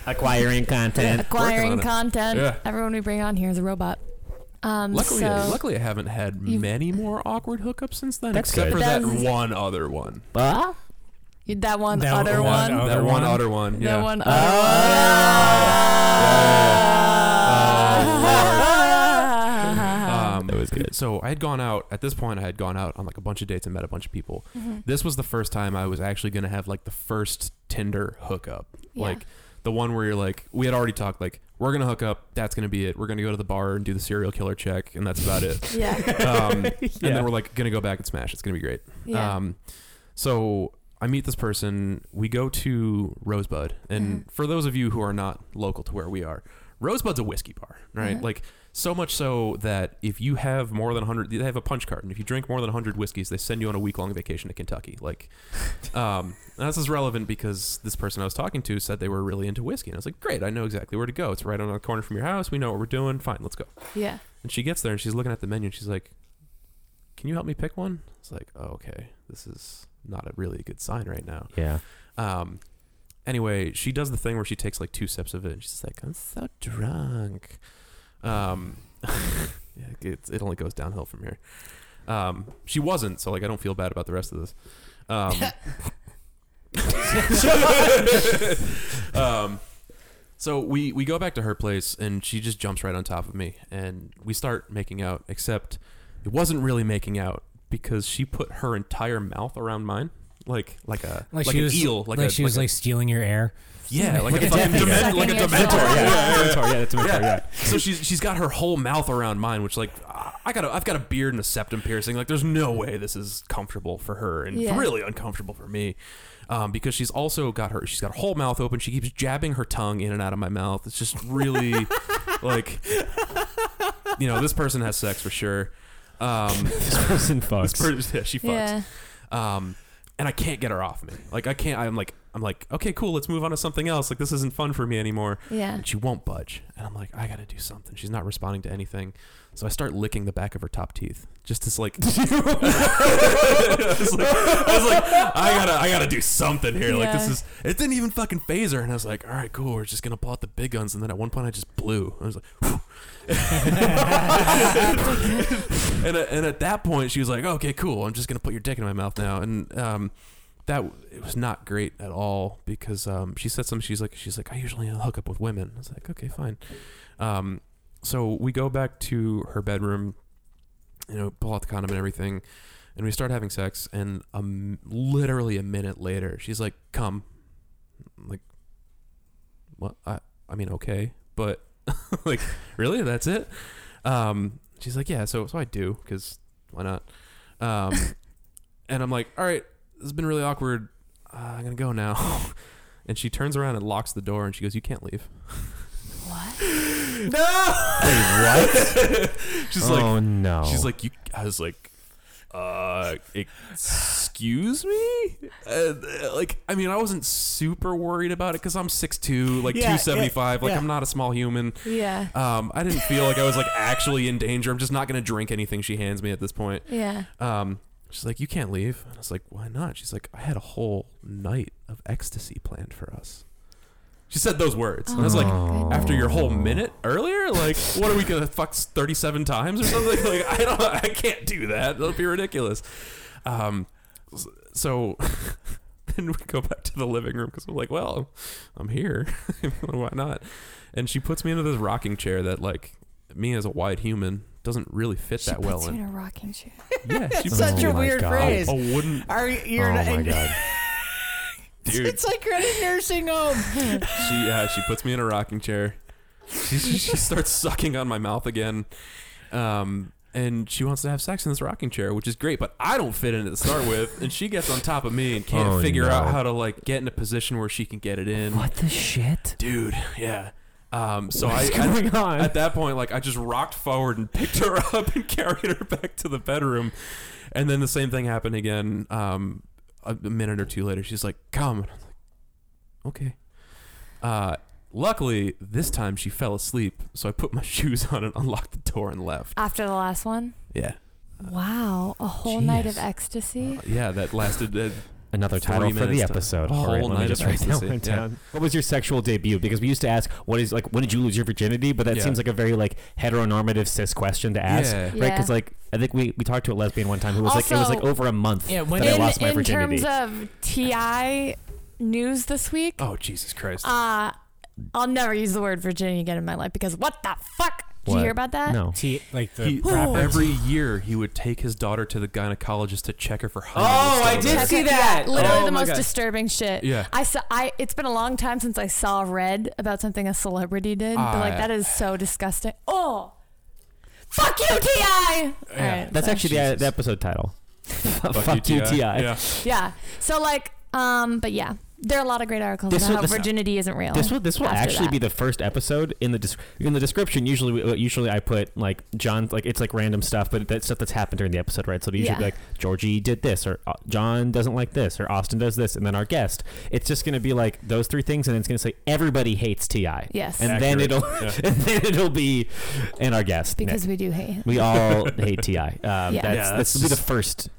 Speaker 1: Acquiring content.
Speaker 3: Acquiring
Speaker 4: on it.
Speaker 3: content.
Speaker 4: Yeah.
Speaker 3: Everyone we bring on here is a robot. Um,
Speaker 4: Luckily,
Speaker 3: so
Speaker 4: luckily, I haven't had
Speaker 3: You've-
Speaker 4: many more awkward hookups since then,
Speaker 1: That's
Speaker 4: except
Speaker 1: good.
Speaker 4: for that
Speaker 3: That's-
Speaker 4: one other one.
Speaker 1: Huh?
Speaker 3: you- that one
Speaker 2: That
Speaker 3: other
Speaker 2: one
Speaker 3: one.
Speaker 2: other-
Speaker 4: that one,
Speaker 2: one?
Speaker 4: other one. Yeah.
Speaker 3: That one
Speaker 1: Oh.
Speaker 3: other
Speaker 4: Um,
Speaker 1: That was good.
Speaker 4: Um, So I had gone out at this point. I had gone out on like a bunch of dates and met a bunch of people. This was the first time I was actually going to have like the first Tinder hookup,
Speaker 3: Yeah.
Speaker 4: like the one where you're like, we had already talked like we're gonna hook up. That's gonna be it. We're gonna go to the bar and do the serial killer check, and that's about it.
Speaker 3: Yeah.
Speaker 4: um,
Speaker 1: Yeah.
Speaker 4: and then we're like gonna go back and smash. It's gonna be great.
Speaker 3: Yeah.
Speaker 4: Um, so I meet this person. We go to Rosebud, and for those of you who are not local to where we are, Rosebud's a whiskey bar, right? Like so much so that if you have more than hundred, they have a punch card, and if you drink more than hundred whiskeys, they send you on a week long vacation to Kentucky. Like, um, and this is relevant because this person I was talking to said they were really into whiskey, and I was like, great, I know exactly where to go. It's right on the corner from your house. We know what we're doing. Fine, let's go.
Speaker 3: yeah.
Speaker 4: And she gets there and she's looking at the menu and she's like, "Can you help me pick one?" It's like, "Oh, okay. This is not a really good sign right now."
Speaker 1: Yeah.
Speaker 4: Um anyway, she does the thing where she takes like two sips of it and she's like, "I'm so drunk." Um yeah, it, it only goes downhill from here. Um she wasn't, so like I don't feel bad about the rest of this. Um um, so we we go back to her place, and she just jumps right on top of me, and we start making out. Except it wasn't really making out because she put her entire mouth around mine, like like a like,
Speaker 2: she
Speaker 4: an
Speaker 2: was
Speaker 4: eel, like,
Speaker 2: like,
Speaker 4: a,
Speaker 2: she was
Speaker 4: like,
Speaker 2: like, stealing your air.
Speaker 4: a- yeah, like, a
Speaker 1: a
Speaker 4: fucking
Speaker 1: Death Eater.
Speaker 4: demen- like a
Speaker 3: Sucking
Speaker 4: dementor.
Speaker 3: your soul.
Speaker 4: Yeah, yeah, yeah.
Speaker 1: Mentor, yeah, that's a mentor, yeah.
Speaker 4: So she's she's got her whole mouth around mine, which like I got a, I've got a beard and a septum piercing. Like there's no way this is comfortable for her, and
Speaker 3: Yeah.
Speaker 4: really uncomfortable for me, um, because she's also got her she's got her whole mouth open. She keeps jabbing her tongue in and out of my mouth. It's just really like you know this person has sex for sure. Um,
Speaker 1: This person
Speaker 4: this
Speaker 1: fucks.
Speaker 4: person, yeah, she fucks
Speaker 3: Yeah.
Speaker 4: um, and I can't get her off me. Like I can't. I'm like I'm like, okay, cool, let's move on to something else. Like this isn't fun for me anymore.
Speaker 3: Yeah.
Speaker 4: And she won't budge. And I'm like, I gotta do something. She's not responding to anything. So I start licking the back of her top teeth. Just as like, I, was like I was like, I gotta I gotta do something here. Like this
Speaker 3: Yeah.
Speaker 4: is it didn't even fucking phase her. And I was like, all right, cool, we're just gonna pull out the big guns. And then at one point I just blew. I was like, whew. and, at- and at that point she was like, okay, cool, I'm just gonna put your dick in my mouth now. And um that it was not great at all because um, she said something. She's like, she's like, I usually hook up with women. I was like, okay, fine. Um, so we go back to her bedroom, you know, pull out the condom and everything, and we start having sex. And um, literally a minute later, she's like, "Come," I'm like, what? I I mean, okay, but like, really, that's it? Um, she's like, yeah. So so I do because why not? Um, and I'm like, all right, this has been really awkward. Uh, I'm gonna go now. and she turns around and locks the door, and she goes, "You can't leave."
Speaker 3: What?
Speaker 4: She's
Speaker 1: oh
Speaker 4: like,
Speaker 1: no.
Speaker 4: She's like, you. I was like, uh, excuse me. Uh, like, I mean, I wasn't super worried about it because I'm 6'2", like
Speaker 2: Yeah, yeah,
Speaker 4: two seventy five. Like,
Speaker 2: yeah.
Speaker 4: I'm not a small human.
Speaker 3: Yeah.
Speaker 4: Um, I didn't feel like I was like actually in danger. I'm just not gonna drink anything she hands me at this point.
Speaker 3: Yeah.
Speaker 4: Um, she's like, you can't leave. And I was like, why not? She's like, I had a whole night of ecstasy planned for us. She said those words, and I was like,
Speaker 1: Oh.
Speaker 4: after your whole minute earlier, like, what are we gonna fuck thirty-seven times or something? Like, I don't, I can't do that. That'll be ridiculous. Um, s- so then we go back to the living room because we're like, well, I'm here. Why not? And she puts me into this rocking chair that, like, me as a wide human doesn't really fit
Speaker 3: She
Speaker 4: that well.
Speaker 3: puts
Speaker 4: in.
Speaker 3: you in a rocking chair.
Speaker 4: Yeah, she puts
Speaker 7: Such
Speaker 1: Oh
Speaker 7: a
Speaker 1: my
Speaker 7: weird
Speaker 1: God.
Speaker 7: phrase.
Speaker 4: a wooden
Speaker 7: Are you, you're
Speaker 1: oh
Speaker 7: not,
Speaker 1: my god.
Speaker 4: dude.
Speaker 7: It's like you're in a nursing home.
Speaker 4: she uh, she puts me in a rocking chair. She, she she starts sucking on my mouth again, um, and she wants to have sex in this rocking chair, which is great. But I don't fit in it to start with, and she gets on top of me and can't
Speaker 1: Oh,
Speaker 4: figure out
Speaker 1: no.
Speaker 4: how to like get in a position where she can get it in.
Speaker 1: What the shit?
Speaker 4: dude? Yeah. Um, so
Speaker 1: What's
Speaker 4: I, I-
Speaker 1: going on?
Speaker 4: at that point, like I just rocked forward and picked her up and carried her back to the bedroom, and then the same thing happened again. Um, a, a minute or two later, she's like, "Come," and I'm like, "Okay." Uh, luckily, this time she fell asleep, so I put my shoes on and unlocked the door and left.
Speaker 3: After the last one.
Speaker 4: Yeah,
Speaker 3: Wow. A whole night of
Speaker 1: Jeez.
Speaker 3: ecstasy.
Speaker 4: yeah, that lasted. Uh,
Speaker 1: Another
Speaker 4: Three
Speaker 1: title for the
Speaker 4: minutes to-
Speaker 1: episode.
Speaker 4: a
Speaker 1: All right,
Speaker 4: whole
Speaker 1: let me
Speaker 4: night
Speaker 1: just
Speaker 4: of
Speaker 1: write that
Speaker 4: ecstasy.
Speaker 1: one
Speaker 4: Yeah.
Speaker 1: down. What was your sexual debut? Because we used to ask, "What is like? When did you lose your virginity?" But that
Speaker 4: Yeah.
Speaker 1: seems like a very like heteronormative cis question to ask,
Speaker 4: Yeah.
Speaker 1: right? Because
Speaker 3: Yeah.
Speaker 1: like I think we, we talked to a lesbian one time who was like it was
Speaker 3: Also-
Speaker 1: like over a month
Speaker 7: Yeah, when
Speaker 1: that I
Speaker 3: in
Speaker 1: lost my
Speaker 3: in
Speaker 1: virginity.
Speaker 3: terms of TI news this week,
Speaker 4: oh Jesus Christ!
Speaker 3: uh, I'll never use the word virginity again in my life because what the fuck? Did
Speaker 1: What?
Speaker 3: you hear about that?
Speaker 1: no.
Speaker 2: T- like the
Speaker 4: He-
Speaker 2: proper
Speaker 4: every year, he would take his daughter to the gynecologist to check her for.
Speaker 7: Oh, I
Speaker 4: hymen.
Speaker 7: did
Speaker 3: Check
Speaker 7: see
Speaker 3: it-
Speaker 7: that.
Speaker 3: yeah, literally
Speaker 7: Oh
Speaker 3: the
Speaker 7: my
Speaker 3: most
Speaker 7: God.
Speaker 3: disturbing shit.
Speaker 4: Yeah.
Speaker 3: I saw. I. It's been a long time since I saw read about something a celebrity did. but
Speaker 4: Ah,
Speaker 3: like
Speaker 4: yeah.
Speaker 3: that is so disgusting. Oh, fuck you, Ti. All right,
Speaker 1: That's
Speaker 3: so-
Speaker 1: actually the, the episode title. Fuck, you, Ti.
Speaker 4: Yeah.
Speaker 3: yeah. So like, um, but yeah, there are a lot of great articles
Speaker 1: This
Speaker 3: about
Speaker 1: will-
Speaker 3: how
Speaker 1: this-
Speaker 3: virginity isn't real.
Speaker 1: This will this will
Speaker 3: Oh, after
Speaker 1: actually
Speaker 3: that.
Speaker 1: be the first episode in the des- in the description. Usually, we, uh, usually I put like John like it's like random stuff, but that stuff that's happened during the episode, right? So it'll usually be
Speaker 3: Yeah.
Speaker 1: like Georgie did this, or uh, John doesn't like this, or Austin does this, and then our guest. It's just gonna be like those three things, and then it's gonna say everybody hates Ti.
Speaker 3: Yes.
Speaker 1: and then it'll and then it'll be and our guest
Speaker 3: because we do hate.
Speaker 1: we all hate Ti. Um, that's,
Speaker 4: that's
Speaker 1: this will be the
Speaker 4: just-
Speaker 1: first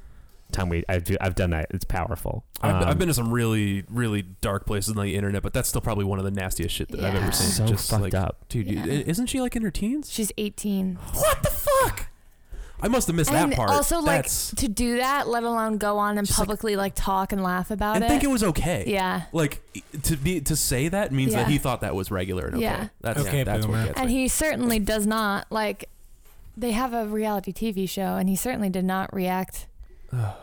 Speaker 1: time we I've, do, I've done that. It's powerful.
Speaker 4: I've,
Speaker 1: Um,
Speaker 4: I've been to some really, really dark places on the internet, but that's still probably one of the nastiest shit that I've
Speaker 3: Yeah.
Speaker 4: ever seen.
Speaker 1: so
Speaker 4: Just
Speaker 1: fucked
Speaker 4: like,
Speaker 1: up.
Speaker 4: dude. you-
Speaker 3: Yeah.
Speaker 4: Isn't she like in her teens?
Speaker 3: She's 18.
Speaker 4: What the fuck? I must have missed
Speaker 3: and
Speaker 4: that part.
Speaker 3: also like
Speaker 4: That's-
Speaker 3: to do that, let alone go on and
Speaker 4: She's like-
Speaker 3: publicly like, talk and laugh about
Speaker 4: and
Speaker 3: it.
Speaker 4: think it was okay.
Speaker 3: yeah.
Speaker 4: Like to be to say that means that
Speaker 3: Yeah.
Speaker 4: he thought that was regular and okay.
Speaker 3: Yeah.
Speaker 4: That's
Speaker 2: Okay,
Speaker 4: that's
Speaker 2: boomer.
Speaker 4: what gets
Speaker 3: And
Speaker 4: me.
Speaker 3: he certainly does not like. They have a reality TV show, and he certainly did not react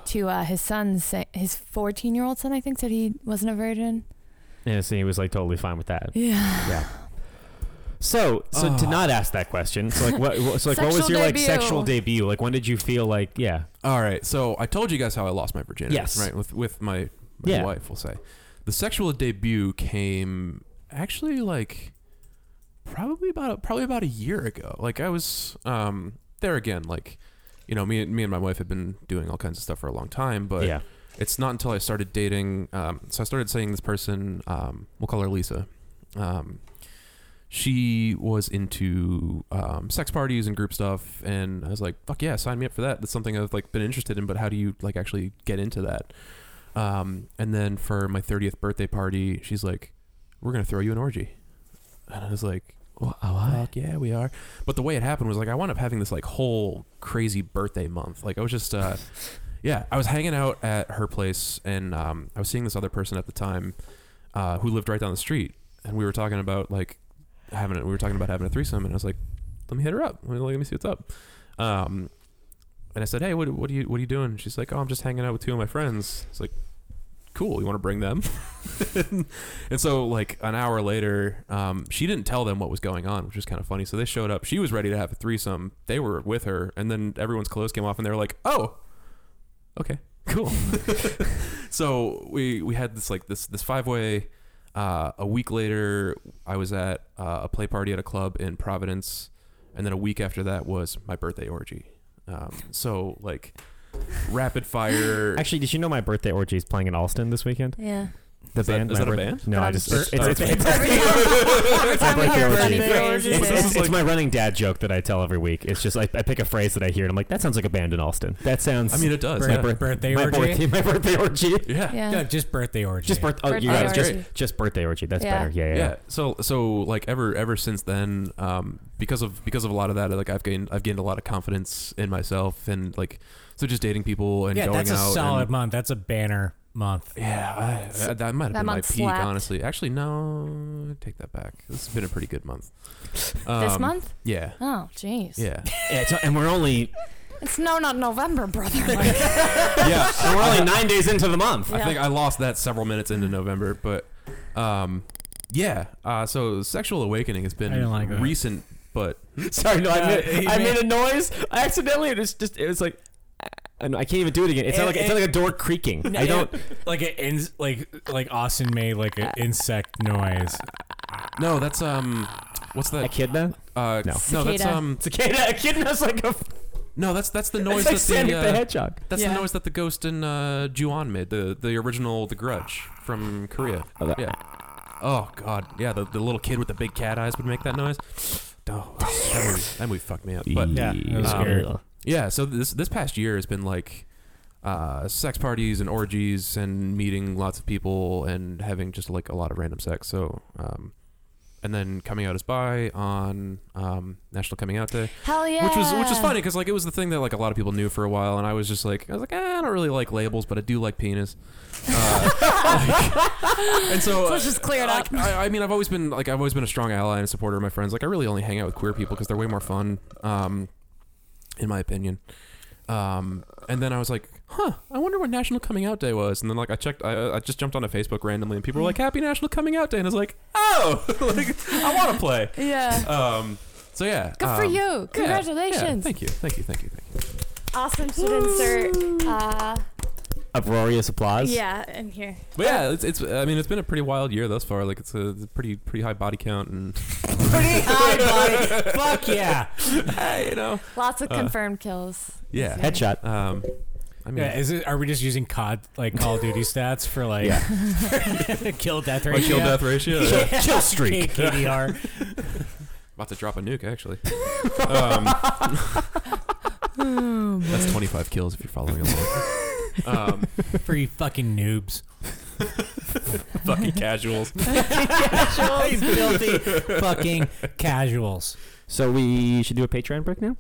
Speaker 3: to uh, his son, say, his 14 year old son, I think, said he wasn't a virgin.
Speaker 1: and so he was like totally fine with that.
Speaker 3: Yeah.
Speaker 1: Yeah. So, so to
Speaker 4: Ugh.
Speaker 1: not ask that question, so like, what, what- so like, what was
Speaker 3: Sexual
Speaker 1: your like
Speaker 3: debut.
Speaker 1: sexual debut? Like, when did you feel like, yeah,
Speaker 4: All right, so I told you guys how I lost my virginity.
Speaker 1: Yes.
Speaker 4: Right with with my, my
Speaker 1: Yeah.
Speaker 4: wife, we'll say. The sexual debut came actually like probably about probably about a year ago. Like I was um there again, like you know me and me and my wife had been doing all kinds of stuff for a long time, but
Speaker 1: yeah,
Speaker 4: It's not until I started dating. Um, so I started seeing this person. Um, we'll call her Lisa. Um, she was into um, sex parties and group stuff, and I was like, "Fuck yeah, sign me up for that." That's something I've like been interested in, but how do you like actually get into that? Um, and then for my 30th birthday party, she's like, "We're gonna throw you an orgy," and I was like, "Well, fuck yeah, we are." But the way it happened was like I wound up having this like whole crazy birthday month. Like I was just, uh, yeah, I was hanging out at her place, and um, I was seeing this other person at the time uh, who lived right down the street, and we were talking about like having it. We were talking about having a threesome, and I was like, "Let me hit her up. Let me, let me see what's up." Um, and I said, "Hey, what, what are you what are you doing?" She's like, "Oh, I'm just hanging out with two of my friends." It's like, "Cool, you want to bring them?" and so, like an hour later, um, she didn't tell them what was going on, which was kind of funny. So they showed up. She was ready to have a threesome. They were with her, and then everyone's clothes came off, and they were like, "Oh, okay, cool." so we we had this like this this five way. Uh, a week later, I was at uh, a play party at a club in Providence, and then a week after that was my birthday orgy. Um, so like rapid fire.
Speaker 1: Actually, did you know my birthday orgy is playing in Alston this weekend?
Speaker 3: Yeah.
Speaker 1: The
Speaker 4: Is that-
Speaker 1: band.
Speaker 4: is
Speaker 1: my
Speaker 4: that a
Speaker 1: birth-
Speaker 4: band?
Speaker 1: No, I
Speaker 3: Um,
Speaker 1: just
Speaker 4: Sure.
Speaker 1: it's, it's, it's,
Speaker 4: Okay.
Speaker 1: it's,
Speaker 3: Every time, every time we
Speaker 1: birthday
Speaker 3: hear
Speaker 1: orgy.
Speaker 3: birthday orgy,
Speaker 1: it's,
Speaker 3: it's-
Speaker 1: it's my running dad joke that I tell every week. It's just like I pick a phrase that I hear and I'm like, that sounds like a band in Alston. That sounds.
Speaker 4: I mean, it does.
Speaker 1: my
Speaker 4: Yeah.
Speaker 1: birth-
Speaker 2: Birthday
Speaker 1: my
Speaker 2: orgy?
Speaker 1: Birthday, my birthday orgy.
Speaker 4: yeah.
Speaker 3: yeah.
Speaker 2: Yeah, just birthday orgy.
Speaker 1: Just birth. Oh, you
Speaker 3: Birthday
Speaker 1: guys,
Speaker 3: orgy.
Speaker 1: just just birthday orgy. That's
Speaker 3: Yeah.
Speaker 1: better. Yeah, yeah.
Speaker 4: yeah so so like ever ever since then um because of because of a lot of that like i've gained i've gained a lot of confidence in myself and like so just dating people and
Speaker 2: yeah,
Speaker 4: going
Speaker 2: that's a
Speaker 4: out
Speaker 2: solid
Speaker 4: and,
Speaker 2: month. That's a banner month.
Speaker 4: yeah I, that, that might have
Speaker 3: That
Speaker 4: been my
Speaker 3: month
Speaker 4: peak
Speaker 3: slapped.
Speaker 4: honestly actually no I take that back this has been a pretty good month
Speaker 3: This
Speaker 4: Um,
Speaker 3: month?
Speaker 4: yeah
Speaker 3: Oh, jeez.
Speaker 4: yeah
Speaker 1: Yeah, it's- and we're only
Speaker 3: It's no, not November, brother. Like,
Speaker 4: yeah
Speaker 1: and we're only nine days into the month.
Speaker 4: I
Speaker 3: Yeah.
Speaker 4: think I lost that several minutes into November, but um, yeah. Uh, so sexual awakening has
Speaker 2: I
Speaker 4: been
Speaker 2: don't like that.
Speaker 4: recent, but
Speaker 1: Sorry, no,
Speaker 2: No,
Speaker 1: I,
Speaker 2: he
Speaker 1: made, I
Speaker 2: made-
Speaker 1: made a noise I accidentally. It was just it was like. I know- I can't even do it again. It's not like it's not like a door creaking. I don't.
Speaker 2: like an in, like like Austin made like an insect noise.
Speaker 4: no, that's um, what's that?
Speaker 1: Echidna?
Speaker 4: Uh,
Speaker 1: No.
Speaker 4: that's
Speaker 3: Cicada.
Speaker 4: um,
Speaker 1: Cicada. Echidna's like a.
Speaker 4: no, that's that's the
Speaker 1: It's
Speaker 4: noise
Speaker 1: like
Speaker 4: that
Speaker 1: Sonic
Speaker 4: the,
Speaker 1: the,
Speaker 4: uh,
Speaker 1: Hedgehog.
Speaker 4: that's
Speaker 3: Yeah.
Speaker 4: the noise that the ghost in uh, Ju-on made the the original The Grudge from Korea.
Speaker 1: Oh, that-
Speaker 4: yeah. Oh god, yeah. The, the little kid with the big cat eyes would make that noise. Oh, that movie, that movie fucked me up. But
Speaker 2: Yeah, that was
Speaker 1: Um,
Speaker 2: scary.
Speaker 4: Yeah, so this this past year has been like uh, sex parties and orgies and meeting lots of people and having just like a lot of random sex. So, um, and then coming out as bi on um, National Coming Out Day,
Speaker 3: hell yeah.
Speaker 4: which was which is funny because like it was the thing that like a lot of people knew for a while, and I was just like I was like eh, I don't really like labels, but I do like penis. Uh, like- and so, uh,
Speaker 3: So let's just clear it up.
Speaker 4: like, I, I mean, I've always been like I've always been a strong ally and supporter of my friends. Like I really only hang out with queer people because they're way more fun, um, in my opinion. Um, and then I was like, huh, I wonder what National Coming Out Day was. And then like I checked, I, I just jumped onto Facebook randomly, and people were like, Happy National Coming Out Day, and I was like, oh, like I want to play.
Speaker 3: Yeah.
Speaker 4: Um, so yeah,
Speaker 3: Good for
Speaker 4: um, yeah,
Speaker 3: you. Congratulations.
Speaker 4: yeah, thank you, thank you, thank you, thank you.
Speaker 3: Awesome. Should insert. Uh,
Speaker 1: Uproarious applause.
Speaker 3: yeah, in here.
Speaker 4: But yeah, it's, it's I mean it's been a pretty wild year thus far. Like it's a, it's a pretty pretty high body count and
Speaker 3: Pretty high body.
Speaker 2: Fuck yeah!
Speaker 4: you know
Speaker 3: Lots
Speaker 4: Uh,
Speaker 3: of confirmed kills.
Speaker 4: yeah.
Speaker 1: Headshot.
Speaker 4: Um, I mean,
Speaker 2: Yeah, is it? Are we just using COD like Call of Duty stats for like kill death
Speaker 4: my
Speaker 2: ratio?
Speaker 4: kill death ratio.
Speaker 2: Yeah.
Speaker 1: Kill streak.
Speaker 2: K- KDR.
Speaker 4: About to drop a nuke actually. um,
Speaker 3: Oh,
Speaker 4: that's 25 kills if you're following along. um,
Speaker 2: for you fucking noobs.
Speaker 4: fucking casuals.
Speaker 2: casuals, filthy fucking casuals.
Speaker 1: So we should do a Patreon break now.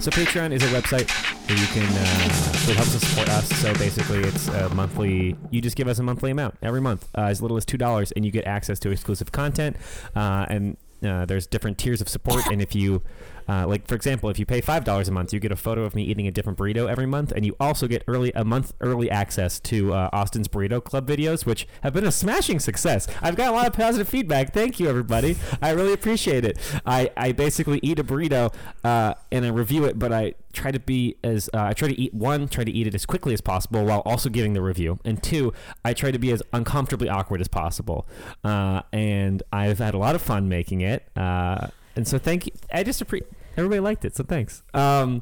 Speaker 1: So Patreon is a website where you can uh, it helps us support us. So basically, it's a monthly. You just give us a monthly amount every month, uh, as little as two dollars, and you get access to exclusive content. Uh, and uh, there's different tiers of support, and if you Uh, like for example, if you pay five dollars a month, you get a photo of me eating a different burrito every month, and you also get early a month early access to uh, Austin's Burrito Club videos, which have been a smashing success. I've got a lot of positive feedback. Thank you, everybody. I really appreciate it. I, I basically eat a burrito uh, and I review it, but I try to be as uh, I try to eat one, try to eat it as quickly as possible while also giving the review, and two, I try to be as uncomfortably awkward as possible. Uh, and I've had a lot of fun making it. Uh, and so thank you. I just appreciate. Everybody liked it, so thanks. Um,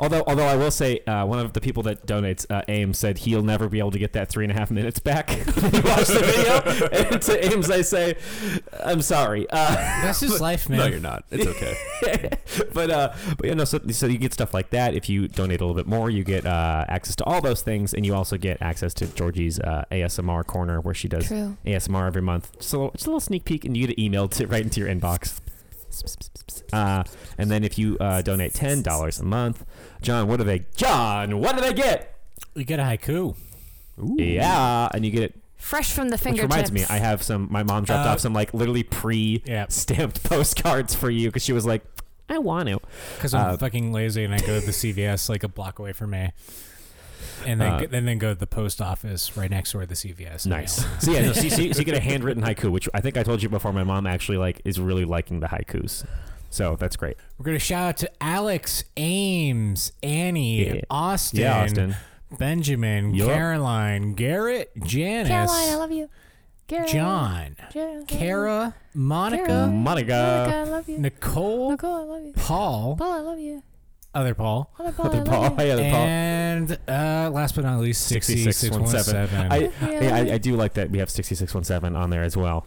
Speaker 1: although, although I will say, uh, one of the people that donates, uh, Aim, said he'll never be able to get that three and a half minutes back. he watched the video, and to Ames, I say, I'm sorry. Uh,
Speaker 2: That's just life, man.
Speaker 4: No, you're not. It's okay.
Speaker 1: but uh, but you know, so, so you get stuff like that. If you donate a little bit more, you get uh, access to all those things, and you also get access to Georgie's uh, ASMR corner where she does
Speaker 3: True.
Speaker 1: ASMR every month. Just a, little, just a little sneak peek, and you get an email to right into your inbox. Uh, and then if you uh, donate ten dollars a month, John, what do they? John, what do they get?
Speaker 2: You get a haiku.
Speaker 1: Yeah, and you get it.
Speaker 3: Fresh from the
Speaker 1: Which
Speaker 3: fingertips.
Speaker 1: reminds me, I have some. My mom dropped
Speaker 2: Uh,
Speaker 1: off some like literally
Speaker 2: Yeah.
Speaker 1: pre-stamped postcards for you because she was like, "I want to."
Speaker 2: Because I'm
Speaker 1: Uh,
Speaker 2: fucking lazy and I go to the CVS like a block away from me. And then,
Speaker 1: Uh,
Speaker 2: and then go to the post office right next door to the CVS. and
Speaker 1: Nice.
Speaker 2: mail it.
Speaker 1: so yeah, no, so, you- so you- so you get a handwritten haiku, which I think I told you before. My mom actually like is really liking the haikus, so that's great.
Speaker 2: We're going to shout out to Alex, Ames, Annie,
Speaker 1: Yeah.
Speaker 2: Austin,
Speaker 1: Yeah, Austin.
Speaker 2: Benjamin,
Speaker 1: Yup.
Speaker 2: Caroline, Garrett, Janice,
Speaker 3: Caroline, I love you. Caroline,
Speaker 2: John,
Speaker 3: Caroline,
Speaker 2: Kara, Monica,
Speaker 3: Caroline,
Speaker 1: Monica,
Speaker 3: I love you.
Speaker 2: Nicole,
Speaker 3: Nicole, I love you.
Speaker 2: Paul,
Speaker 3: Paul, I love you.
Speaker 2: other Paul,
Speaker 3: Other Paul, Oh, I
Speaker 1: other Paul,
Speaker 3: love you.
Speaker 1: yeah, other Paul.
Speaker 2: and uh, last but not least,
Speaker 1: 6617.
Speaker 2: 66617.
Speaker 1: I,
Speaker 3: Yeah.
Speaker 1: yeah, I, I do like that we have 6617 on there as well.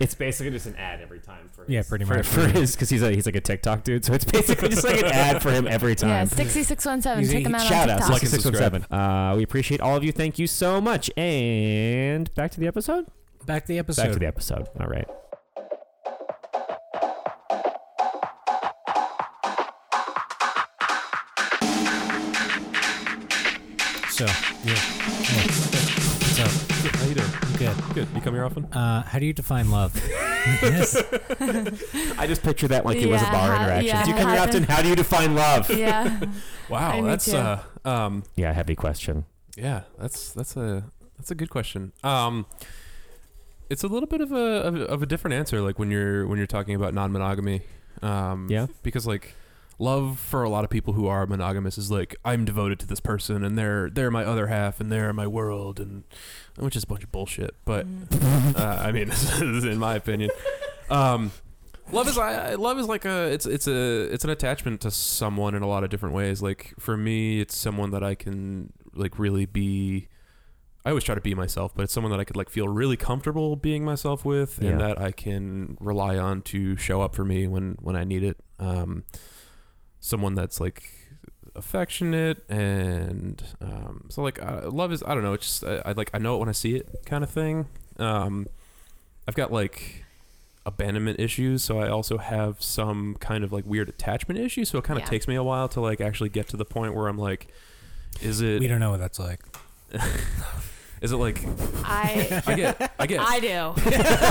Speaker 1: It's basically just an ad every time for
Speaker 2: Yeah,
Speaker 1: his-
Speaker 2: pretty
Speaker 1: for-
Speaker 2: much.
Speaker 1: for his because he's a he's like a TikTok dude, so it's basically just like an ad for him every time.
Speaker 3: Yeah, 6617.
Speaker 2: Easy.
Speaker 3: Take them out
Speaker 1: Shout
Speaker 3: on
Speaker 1: outs,
Speaker 3: TikTok.
Speaker 1: like
Speaker 4: Like and subscribe.
Speaker 1: 617. Uh, we appreciate all of you. Thank you so much. And back to the episode.
Speaker 2: Back to the episode.
Speaker 1: Back to the episode. All right.
Speaker 2: So, yeah. Hey, So,
Speaker 4: How you doing?
Speaker 2: good.
Speaker 4: Good. You come here often?
Speaker 2: Uh, how do you define love? yes.
Speaker 1: I just picture that like it was a
Speaker 3: Yeah,
Speaker 1: bar
Speaker 3: how-
Speaker 1: interaction.
Speaker 3: yeah,
Speaker 1: do you come here
Speaker 3: how-
Speaker 1: often? How do you define love?
Speaker 3: Yeah.
Speaker 4: Wow,
Speaker 3: I- me
Speaker 4: that's
Speaker 3: too.
Speaker 4: uh, um,
Speaker 1: Yeah, heavy question.
Speaker 4: yeah, that's that's a that's a good question. Um, it's a little bit of a of, a- of a different answer, like when you're when you're talking about non-monogamy. Um,
Speaker 1: Yeah.
Speaker 4: because like love for a lot of people who are monogamous is like I'm devoted to this person and they're they're my other half and they're my world and which is a bunch of bullshit. But uh, I mean, this is in my opinion. Um, love is I, I- love is like a it's it's a it's an attachment to someone in a lot of different ways. Like for me, it's someone that I can like really be. I always try to be myself, but it's someone that I could like feel really comfortable being myself with,
Speaker 1: Yeah.
Speaker 4: and that I can rely on to show up for me when when I need it. Um, someone that's like affectionate and um, so like uh, love is I don't know. It's just I, I like I know it when I see it kind of thing. Um, I've got like abandonment issues, so I also have some kind of like weird attachment issues. So it kind of
Speaker 3: Yeah.
Speaker 4: takes me a while to like actually get to the point where I'm like, is it
Speaker 2: We don't know what that's like.
Speaker 4: is it like
Speaker 3: I
Speaker 4: I get I get
Speaker 3: I do.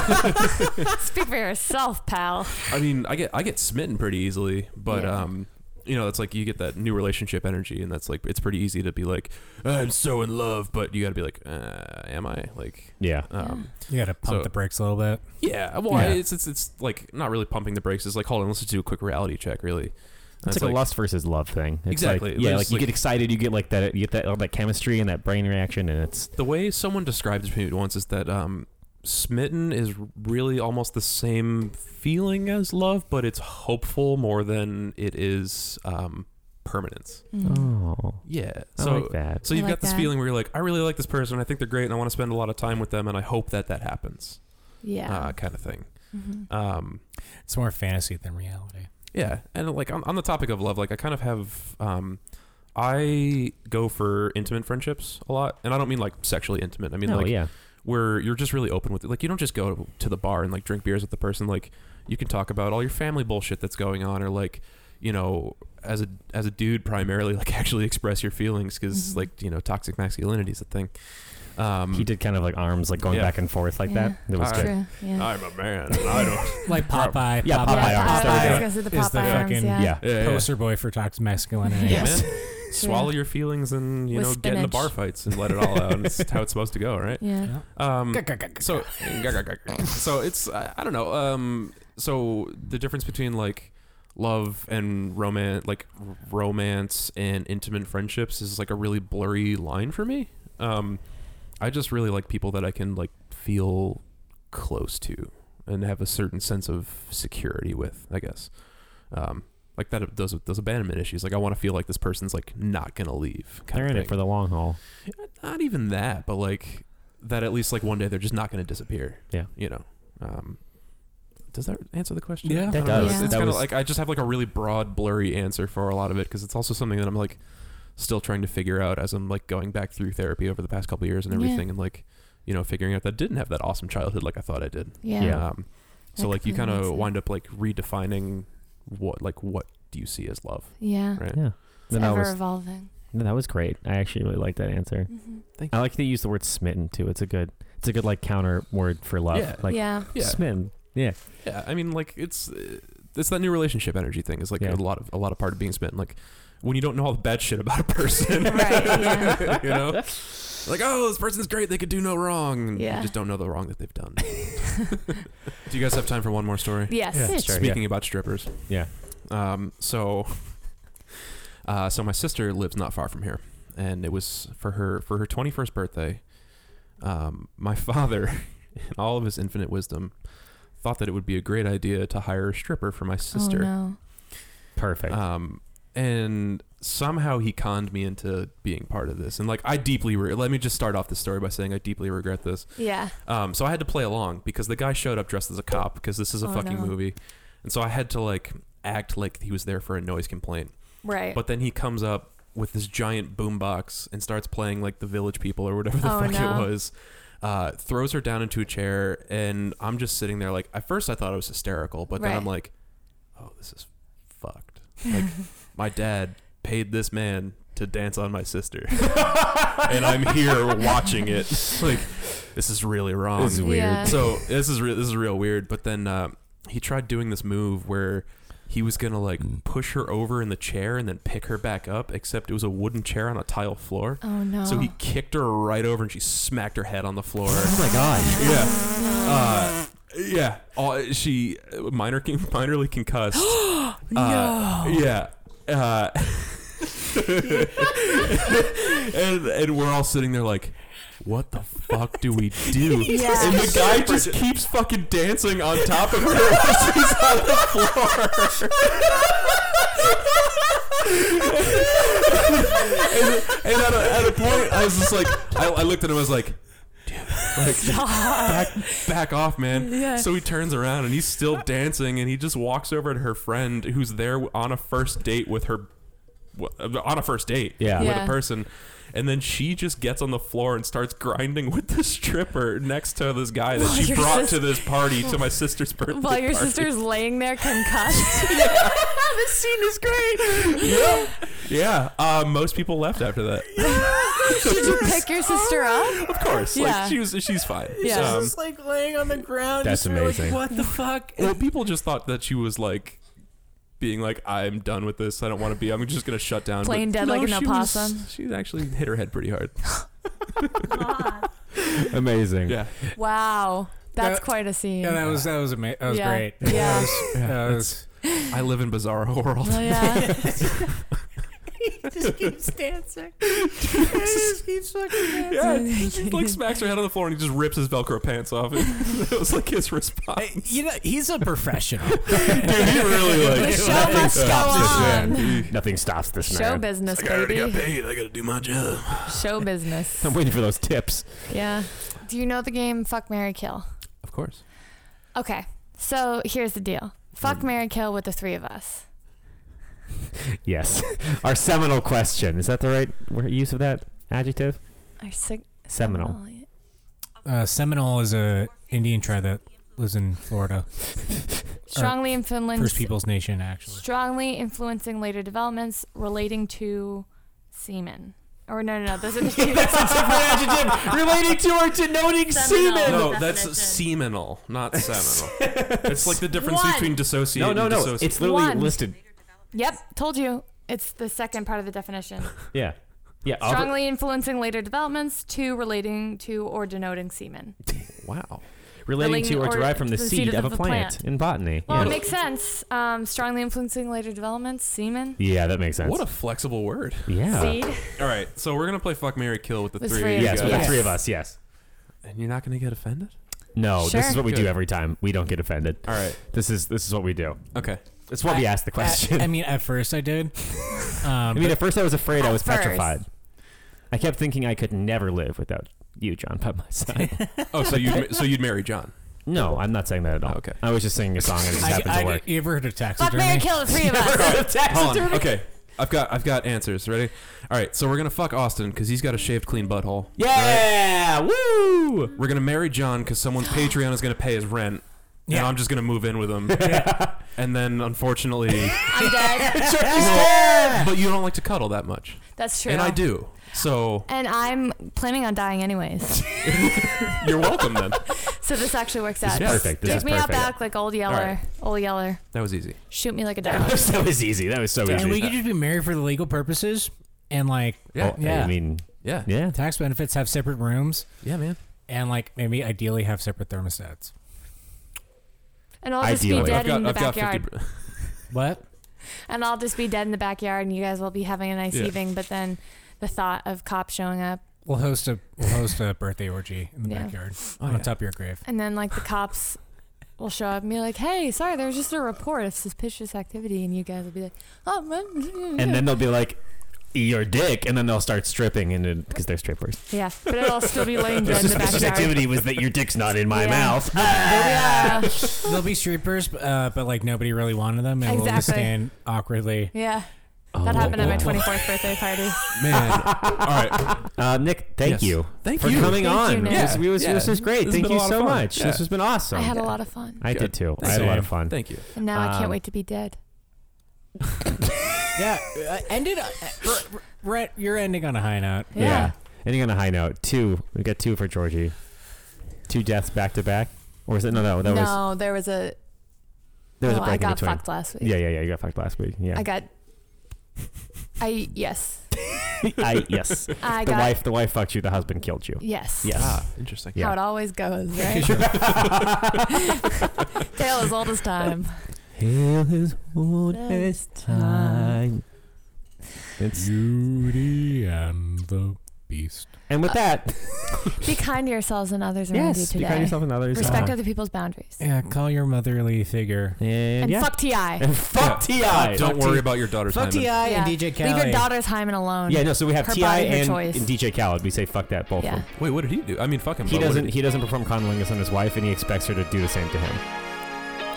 Speaker 3: Speak for yourself, pal.
Speaker 4: I mean I get I get smitten pretty easily, but
Speaker 3: Yeah.
Speaker 4: um you know, it's like you get that new relationship energy, and that's like it's pretty easy to be like, I'm so in love, but you got to be like, uh, am I? Like,
Speaker 1: Yeah.
Speaker 4: um,
Speaker 2: You got to pump
Speaker 4: So-
Speaker 2: the brakes a little bit.
Speaker 4: yeah. Well,
Speaker 2: Yeah.
Speaker 4: It's, it's it's like not really pumping the brakes. It's like, hold on, let's just do a quick reality check, really.
Speaker 1: It's, like, a lust versus love thing. It's
Speaker 4: Exactly.
Speaker 1: Like, yeah,
Speaker 4: There's,
Speaker 1: like you
Speaker 4: like-
Speaker 1: get excited, you get like that, you get that all that chemistry and that brain reaction, and it's
Speaker 4: The way someone described it to me once is that um, smitten is really almost the same feeling as love, but it's hopeful more than it is um, permanence.
Speaker 3: Mm.
Speaker 1: oh,
Speaker 4: Yeah.
Speaker 1: I
Speaker 4: So,
Speaker 1: like that.
Speaker 4: so
Speaker 3: I
Speaker 4: you've
Speaker 3: like
Speaker 4: got this
Speaker 3: that.
Speaker 4: feeling where you're like, I really like this person. I think they're great, and I want to spend a lot of time with them, and I hope that that happens,
Speaker 3: Yeah.
Speaker 4: uh, kind of thing.
Speaker 3: Mhm.
Speaker 4: Um,
Speaker 2: It's more fantasy than reality.
Speaker 4: yeah, and like on, on the topic of love, like I kind of have, um, I go for intimate friendships a lot, and I don't mean like sexually intimate. I mean
Speaker 1: no,
Speaker 4: like
Speaker 1: yeah,
Speaker 4: where you're just really open with it. Like you don't just go to the bar and like drink beers with the person. Like you can talk about all your family bullshit that's going on, or like you know, as a as a dude primarily, like actually express your feelings because like you know, toxic masculinity is a thing. Um,
Speaker 1: He did kind of like arms, like going
Speaker 4: Yeah.
Speaker 1: back and forth like
Speaker 3: yeah.
Speaker 1: that. That was
Speaker 4: Alright.
Speaker 1: good.
Speaker 3: true. Yeah.
Speaker 6: I'm a man. And I don't.
Speaker 2: Like Popeye.
Speaker 1: Yeah, Popeye
Speaker 3: yeah,
Speaker 1: arms, there we
Speaker 3: Popeye.
Speaker 1: go.
Speaker 3: I was gonna say the
Speaker 2: Is the
Speaker 3: Popeye arms,
Speaker 2: fucking-
Speaker 3: yeah.
Speaker 1: Yeah.
Speaker 4: yeah, yeah.
Speaker 2: Poster boy for toxic masculinity.
Speaker 4: Yeah, man. Swallow your feelings and you
Speaker 3: With
Speaker 4: know get in the
Speaker 3: spinach.
Speaker 4: bar fights and let it all out. and it's how it's supposed to go, right?
Speaker 3: Yeah. Mm.
Speaker 4: Um, so so it's I, I don't know. Um, so the difference between like love and romance, like r- romance and intimate friendships, is like a really blurry line for me. Um, I just really like people that I can like feel close to and have a certain sense of security with. I guess. Um, like that those those abandonment issues. Like I want to feel like this person's like not gonna leave. kind
Speaker 1: They're
Speaker 4: of
Speaker 1: in
Speaker 4: thing
Speaker 1: it for the long haul.
Speaker 4: not even that, but like that at least like one day they're just not going to disappear.
Speaker 1: Yeah.
Speaker 4: You know. Um, does that answer the question?
Speaker 2: Yeah.
Speaker 4: I
Speaker 2: That
Speaker 4: don't know.
Speaker 3: does.
Speaker 4: It's,
Speaker 3: Yeah.
Speaker 1: That
Speaker 4: kind of
Speaker 1: was-
Speaker 4: like I just have like a really broad, blurry answer for a lot of it because it's also something that I'm like still trying to figure out as I'm like going back through therapy over the past couple of years and
Speaker 3: Yeah.
Speaker 4: everything and like you know figuring out that I didn't have that awesome childhood like I thought I did.
Speaker 3: Yeah.
Speaker 1: Yeah.
Speaker 4: Um, so
Speaker 3: That
Speaker 4: like you kind
Speaker 3: completely makes
Speaker 4: of
Speaker 3: sense.
Speaker 4: wind up like redefining what like what do you see as love,
Speaker 3: Yeah.
Speaker 4: right?
Speaker 1: Yeah.
Speaker 3: It's
Speaker 1: No, that
Speaker 3: ever
Speaker 1: was
Speaker 3: evolving.
Speaker 1: no, that was great. I actually really like that answer.
Speaker 4: Thank
Speaker 1: I like that you use the word smitten too. It's a good it's a good like counter word for love.
Speaker 4: Yeah.
Speaker 1: Like
Speaker 3: yeah.
Speaker 4: Yeah.
Speaker 1: smitten. Yeah.
Speaker 4: Yeah, I mean, like it's uh, it's that new relationship energy thing is like
Speaker 1: Yeah.
Speaker 4: a lot of a lot of part of being spent. Like when you don't know all the bad shit about a person,
Speaker 3: Right,
Speaker 4: you know, like oh, this person's great, they could do no wrong. and
Speaker 3: Yeah.
Speaker 4: you just don't know the wrong that they've done. do you guys have time for one more story?
Speaker 3: Yes. Oh,
Speaker 1: Yeah,
Speaker 3: It's
Speaker 1: sure.
Speaker 4: Speaking about strippers,
Speaker 1: Yeah.
Speaker 4: um, so, uh, so my sister lives not far from here, and it was for her for her twenty first birthday. Um, my father, in all of his infinite wisdom, thought that it would be a great idea to hire a stripper for my
Speaker 3: Oh,
Speaker 4: sister.
Speaker 3: no.
Speaker 1: Perfect.
Speaker 4: Um, and somehow he conned me into being part of this. And like, I deeply re- let me just start off the story by saying I deeply regret this.
Speaker 3: Yeah.
Speaker 4: Um, so I had to play along because the guy showed up dressed as a cop because this is a
Speaker 3: Oh,
Speaker 4: fucking
Speaker 3: no.
Speaker 4: movie, and so I had to like act like he was there for a noise complaint.
Speaker 3: Right.
Speaker 4: But then he comes up with this giant boombox and starts playing like the Village People or whatever the
Speaker 3: Oh,
Speaker 4: fuck
Speaker 3: no.
Speaker 4: it was. Uh, throws her down into a chair, and I'm just sitting there like. At first, I thought it was hysterical, but then I'm
Speaker 3: Right.
Speaker 4: like, "Oh, this is fucked." Like, my dad paid this man to dance on my sister, and I'm here watching it. Like, this is really wrong.
Speaker 2: This is weird.
Speaker 3: Yeah.
Speaker 4: So this is real. This is real weird. But then uh, he tried doing this move where he was gonna like push her over in the chair and then pick her back up. Except it was a wooden chair on a tile floor.
Speaker 3: oh no.
Speaker 4: So he kicked her right over and she smacked her head on the floor.
Speaker 1: oh my god.
Speaker 4: yeah. Uh, yeah. All, she minor minorly concussed. no. Yeah. Uh, and, and we're all sitting there like, what the fuck do we do?
Speaker 3: Yeah.
Speaker 4: And the guy just keeps fucking dancing on top of her as she's on the floor. and and at, a, at a point, I was just like, I, I looked at him, I was like, like back, back off man
Speaker 3: Yeah.
Speaker 4: so he turns around and he's still dancing and he just walks over to her friend who's there on a first date with her w- on a first date
Speaker 1: Yeah.
Speaker 4: with
Speaker 3: Yeah.
Speaker 4: a person and then she just gets on the floor and starts grinding with the stripper next to this guy that
Speaker 3: While
Speaker 4: she
Speaker 3: your
Speaker 4: brought
Speaker 3: sis-
Speaker 4: to this party to my sister's birthday
Speaker 3: While your
Speaker 4: party.
Speaker 3: sister's laying there concussed. this scene is great.
Speaker 4: yeah uh, most people left after that
Speaker 3: Did you pick your sister up?
Speaker 4: of course
Speaker 3: Yeah.
Speaker 4: like she was she's fine
Speaker 3: Yeah.
Speaker 4: Um,
Speaker 7: Just like laying on the ground.
Speaker 1: That's
Speaker 7: just sort of like,
Speaker 1: amazing.
Speaker 7: what the fuck?
Speaker 4: well, people just thought that she was like being like, "I'm done with this. I don't want to be. I'm just gonna shut down."
Speaker 3: Playing
Speaker 4: But
Speaker 3: dead like an
Speaker 4: she was-
Speaker 3: opossum.
Speaker 4: she actually hit her head pretty hard.
Speaker 1: Amazing.
Speaker 4: Yeah,
Speaker 3: Wow. That's
Speaker 2: That-
Speaker 3: quite a scene.
Speaker 2: Yeah, that was that was ama- that was
Speaker 3: Yeah.
Speaker 2: great.
Speaker 3: Yeah.
Speaker 2: That was, that was-
Speaker 4: I live in bizarro world.
Speaker 3: Oh, yeah.
Speaker 7: he just keeps dancing. he just keeps fucking dancing.
Speaker 4: Yeah, he like smacks her head on the floor and he just rips his Velcro pants off. that was like his response.
Speaker 7: You know, he's a professional.
Speaker 4: Dude, he really
Speaker 3: The
Speaker 4: like.
Speaker 3: show must go on.
Speaker 1: Nothing stops this
Speaker 3: Show
Speaker 1: man.
Speaker 3: business,
Speaker 6: I already got
Speaker 3: baby.
Speaker 6: paid. I gotta do my job.
Speaker 3: Show business.
Speaker 1: I'm waiting for those tips.
Speaker 3: Yeah. Do you know the game Fuck Mary Kill?
Speaker 4: Of course.
Speaker 3: Okay. So here's the deal. Fuck Mary Kill with the three of us.
Speaker 1: Yes. Our seminal question. Is that the right wor- use of that adjective?
Speaker 3: Our sig-
Speaker 1: Seminal.
Speaker 2: uh, Seminole is a Indian tribe that lives in Florida,
Speaker 3: Strongly in Finland.
Speaker 2: First Peoples Nation actually.
Speaker 3: strongly influencing later developments relating to semen Or no, no, no. Those are the two. that's
Speaker 1: adjective relating to or denoting
Speaker 7: Seminal.
Speaker 1: semen.
Speaker 4: No,
Speaker 7: Definition.
Speaker 4: that's seminal, not seminal. it's like the difference
Speaker 3: One.
Speaker 4: between dissociate
Speaker 1: No, no,
Speaker 4: and
Speaker 1: no.
Speaker 4: dissociate.
Speaker 1: It's literally
Speaker 3: One.
Speaker 1: listed.
Speaker 3: Yep, told you. It's the second part of the definition.
Speaker 1: Yeah. Yeah. I'll-
Speaker 3: Strongly influencing later developments, two relating to or denoting semen.
Speaker 4: wow.
Speaker 1: relating to or
Speaker 3: relating or
Speaker 1: derived from the, seed, of, a
Speaker 3: the
Speaker 1: plant,
Speaker 3: plant.
Speaker 1: in botany.
Speaker 3: Well,
Speaker 1: yeah.
Speaker 3: it makes sense. Um, strongly influencing later developments, semen,
Speaker 1: yeah, that makes sense.
Speaker 4: What a flexible word.
Speaker 1: yeah.
Speaker 3: seed.
Speaker 4: All right, so we're gonna play fuck, Mary kill with the
Speaker 3: With
Speaker 4: three.
Speaker 3: three
Speaker 4: of you
Speaker 1: Yes,
Speaker 3: Yeah.
Speaker 1: with the
Speaker 4: guys.
Speaker 3: Yes.
Speaker 1: three of us. Yes.
Speaker 4: And you're not gonna get offended.
Speaker 1: No, this is
Speaker 3: Sure.
Speaker 1: what we do
Speaker 4: Good.
Speaker 1: every time. We don't get offended.
Speaker 4: All right.
Speaker 1: This is this is what we do.
Speaker 4: Okay.
Speaker 1: It's what we ask the question.
Speaker 2: I,
Speaker 1: I,
Speaker 2: I mean, at first I did. Um,
Speaker 1: mean, at first I was afraid. I
Speaker 3: At
Speaker 1: was
Speaker 3: first.
Speaker 1: petrified. I kept thinking I could never live without you, John, by my side.
Speaker 4: Oh, so you so you'd marry John?
Speaker 1: no, I'm not saying that at all.
Speaker 4: Okay.
Speaker 1: I was just singing a song and it just
Speaker 2: I,
Speaker 1: happened
Speaker 2: I,
Speaker 1: to work.
Speaker 2: you ever heard of taxidermy?
Speaker 3: Fuck, Mary, kill the three of us.
Speaker 4: Hold on. Okay. I've got I've got answers. Ready? All right. So we're gonna fuck Austin because he's got a shaved clean butthole.
Speaker 1: yeah! Woo!
Speaker 4: We're gonna marry John because someone's Patreon is gonna pay his rent. And
Speaker 2: Yeah.
Speaker 4: I'm just gonna move in with him. And then unfortunately,
Speaker 3: I'm dead.
Speaker 4: but you don't like to cuddle that much,
Speaker 3: That's true.
Speaker 4: and I do. So
Speaker 3: And I'm planning on dying anyways.
Speaker 4: you're welcome then.
Speaker 3: So this actually works out.
Speaker 1: is perfect. This
Speaker 3: Take
Speaker 1: is
Speaker 3: me out
Speaker 1: perfect.
Speaker 3: back like old Yeller.
Speaker 4: Alright.
Speaker 3: Old Yeller.
Speaker 4: That was easy.
Speaker 3: Shoot me like a dog.
Speaker 1: that was easy. That was so
Speaker 2: And we
Speaker 1: easy.
Speaker 2: could just be married for the legal purposes, and like
Speaker 4: Yeah.
Speaker 1: Oh,
Speaker 2: Yeah.
Speaker 1: I mean,
Speaker 4: Yeah.
Speaker 1: yeah.
Speaker 2: tax benefits have separate rooms,
Speaker 4: Yeah, man.
Speaker 2: and like maybe ideally have separate thermostats.
Speaker 3: And I'll just
Speaker 1: Ideally.
Speaker 3: be dead
Speaker 1: I've
Speaker 4: I've got
Speaker 3: in the
Speaker 4: I've got
Speaker 3: backyard.
Speaker 4: 50.
Speaker 2: What?
Speaker 3: and I'll just be dead in the backyard, and you guys will be having a nice
Speaker 4: Yeah.
Speaker 3: evening. But then the thought of cops showing up,
Speaker 2: We'll host a we'll host a birthday orgy in the
Speaker 3: Yeah.
Speaker 2: backyard
Speaker 4: Oh,
Speaker 2: on
Speaker 4: yeah.
Speaker 2: top of your grave.
Speaker 3: and then like the cops will show up and be like, "Hey, sorry, there's just a report of suspicious activity," and you guys will be like, "Oh, man."
Speaker 1: and then they'll be like your dick and then they'll start stripping and because they're strippers
Speaker 3: yeah, but it'll still be laying
Speaker 1: the
Speaker 3: dead in the
Speaker 1: suspicious
Speaker 3: backyard.
Speaker 1: activity was that your dick's not in my
Speaker 3: Yeah.
Speaker 1: mouth
Speaker 3: Yeah,
Speaker 2: There'll be strippers, uh, but like nobody really wanted them, and we'll just
Speaker 3: Exactly.
Speaker 2: stand awkwardly.
Speaker 3: yeah.
Speaker 1: Oh.
Speaker 3: That happened at my 24th birthday party.
Speaker 4: Man. All right.
Speaker 1: uh, nick thank
Speaker 4: Yes.
Speaker 1: you
Speaker 4: Thank
Speaker 1: for
Speaker 4: you.
Speaker 1: coming
Speaker 3: Thank
Speaker 1: on
Speaker 3: you, Nick.
Speaker 1: This,
Speaker 4: Yeah.
Speaker 1: we was,
Speaker 4: Yeah.
Speaker 1: this was great
Speaker 4: This has
Speaker 1: thank
Speaker 4: been
Speaker 1: you
Speaker 4: a lot of
Speaker 1: so
Speaker 4: fun.
Speaker 1: much
Speaker 4: Yeah.
Speaker 1: this has been awesome
Speaker 3: I had a lot of fun,
Speaker 1: I did
Speaker 4: Good.
Speaker 1: too i had a lot of fun
Speaker 4: Thank you.
Speaker 3: and now I
Speaker 1: Um,
Speaker 3: can't wait to be dead.
Speaker 2: Yeah, uh, ended. Uh, we're- we're at- you're ending on a high note.
Speaker 1: yeah. ending on a high note two we got two for georgie two deaths back to back or was it no no that was
Speaker 3: no, there was a
Speaker 1: there was a
Speaker 3: no, Oh, I
Speaker 1: break in
Speaker 3: got
Speaker 1: between
Speaker 3: fucked last week.
Speaker 1: yeah yeah yeah you got fucked last week yeah
Speaker 3: I got. I yes.
Speaker 1: I- yes the
Speaker 3: I got
Speaker 1: wife the wife fucked you the husband killed you
Speaker 3: yes.
Speaker 1: yes
Speaker 4: Ah, interesting.
Speaker 1: Yeah.
Speaker 3: How it always goes, right? Tale as old as time.
Speaker 1: Hail his old
Speaker 3: as time.
Speaker 1: It's,
Speaker 2: Beauty and the Beast.
Speaker 1: and with that,
Speaker 3: Be kind to yourselves and others around you
Speaker 1: yes,
Speaker 3: Uh, today.
Speaker 1: be kind to yourself and others.
Speaker 3: Respect
Speaker 1: Uh,
Speaker 3: other people's boundaries.
Speaker 2: Yeah, call your motherly figure.
Speaker 1: and,
Speaker 3: And
Speaker 1: yeah.
Speaker 3: fuck TI.
Speaker 1: and fuck Ti.
Speaker 4: Don't
Speaker 2: Fuck
Speaker 4: worry
Speaker 2: T-
Speaker 4: about your daughter's
Speaker 2: Fuck Ti and
Speaker 4: hymen.
Speaker 3: Yeah.
Speaker 2: DJ Khaled.
Speaker 3: Leave your daughter's hymen alone.
Speaker 1: Yeah, no. So we have
Speaker 3: Her
Speaker 1: Ti
Speaker 3: body, her
Speaker 1: and,
Speaker 3: choice.
Speaker 1: and DJ Khaled. We say fuck that both.
Speaker 3: Yeah.
Speaker 1: of them.
Speaker 4: Wait, what did he do? I mean, fuck him.
Speaker 1: He
Speaker 4: but what
Speaker 1: doesn't.
Speaker 4: did
Speaker 1: He doesn't perform conlingus on his wife, and he expects her to do the same to him.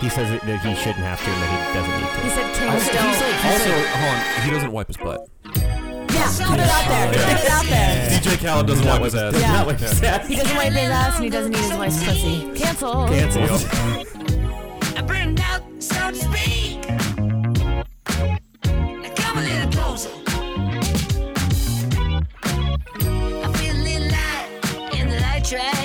Speaker 1: He says that that he shouldn't have to, and that he doesn't
Speaker 3: He
Speaker 1: need to.
Speaker 3: said
Speaker 4: he-
Speaker 3: kings
Speaker 4: Also,
Speaker 3: don't.
Speaker 4: also, hold on. He doesn't wipe his butt.
Speaker 3: yeah, put it out there. Put it out there.
Speaker 4: DJ Khaled doesn't wipe his ass.
Speaker 3: Yeah.
Speaker 1: Not what he said.
Speaker 3: He doesn't wipe his ass and he doesn't eat his wife's pussy. Cancel.
Speaker 1: Cancel.
Speaker 5: I burned out, so to speak. Now come a little closer. I feel a little light in the light track.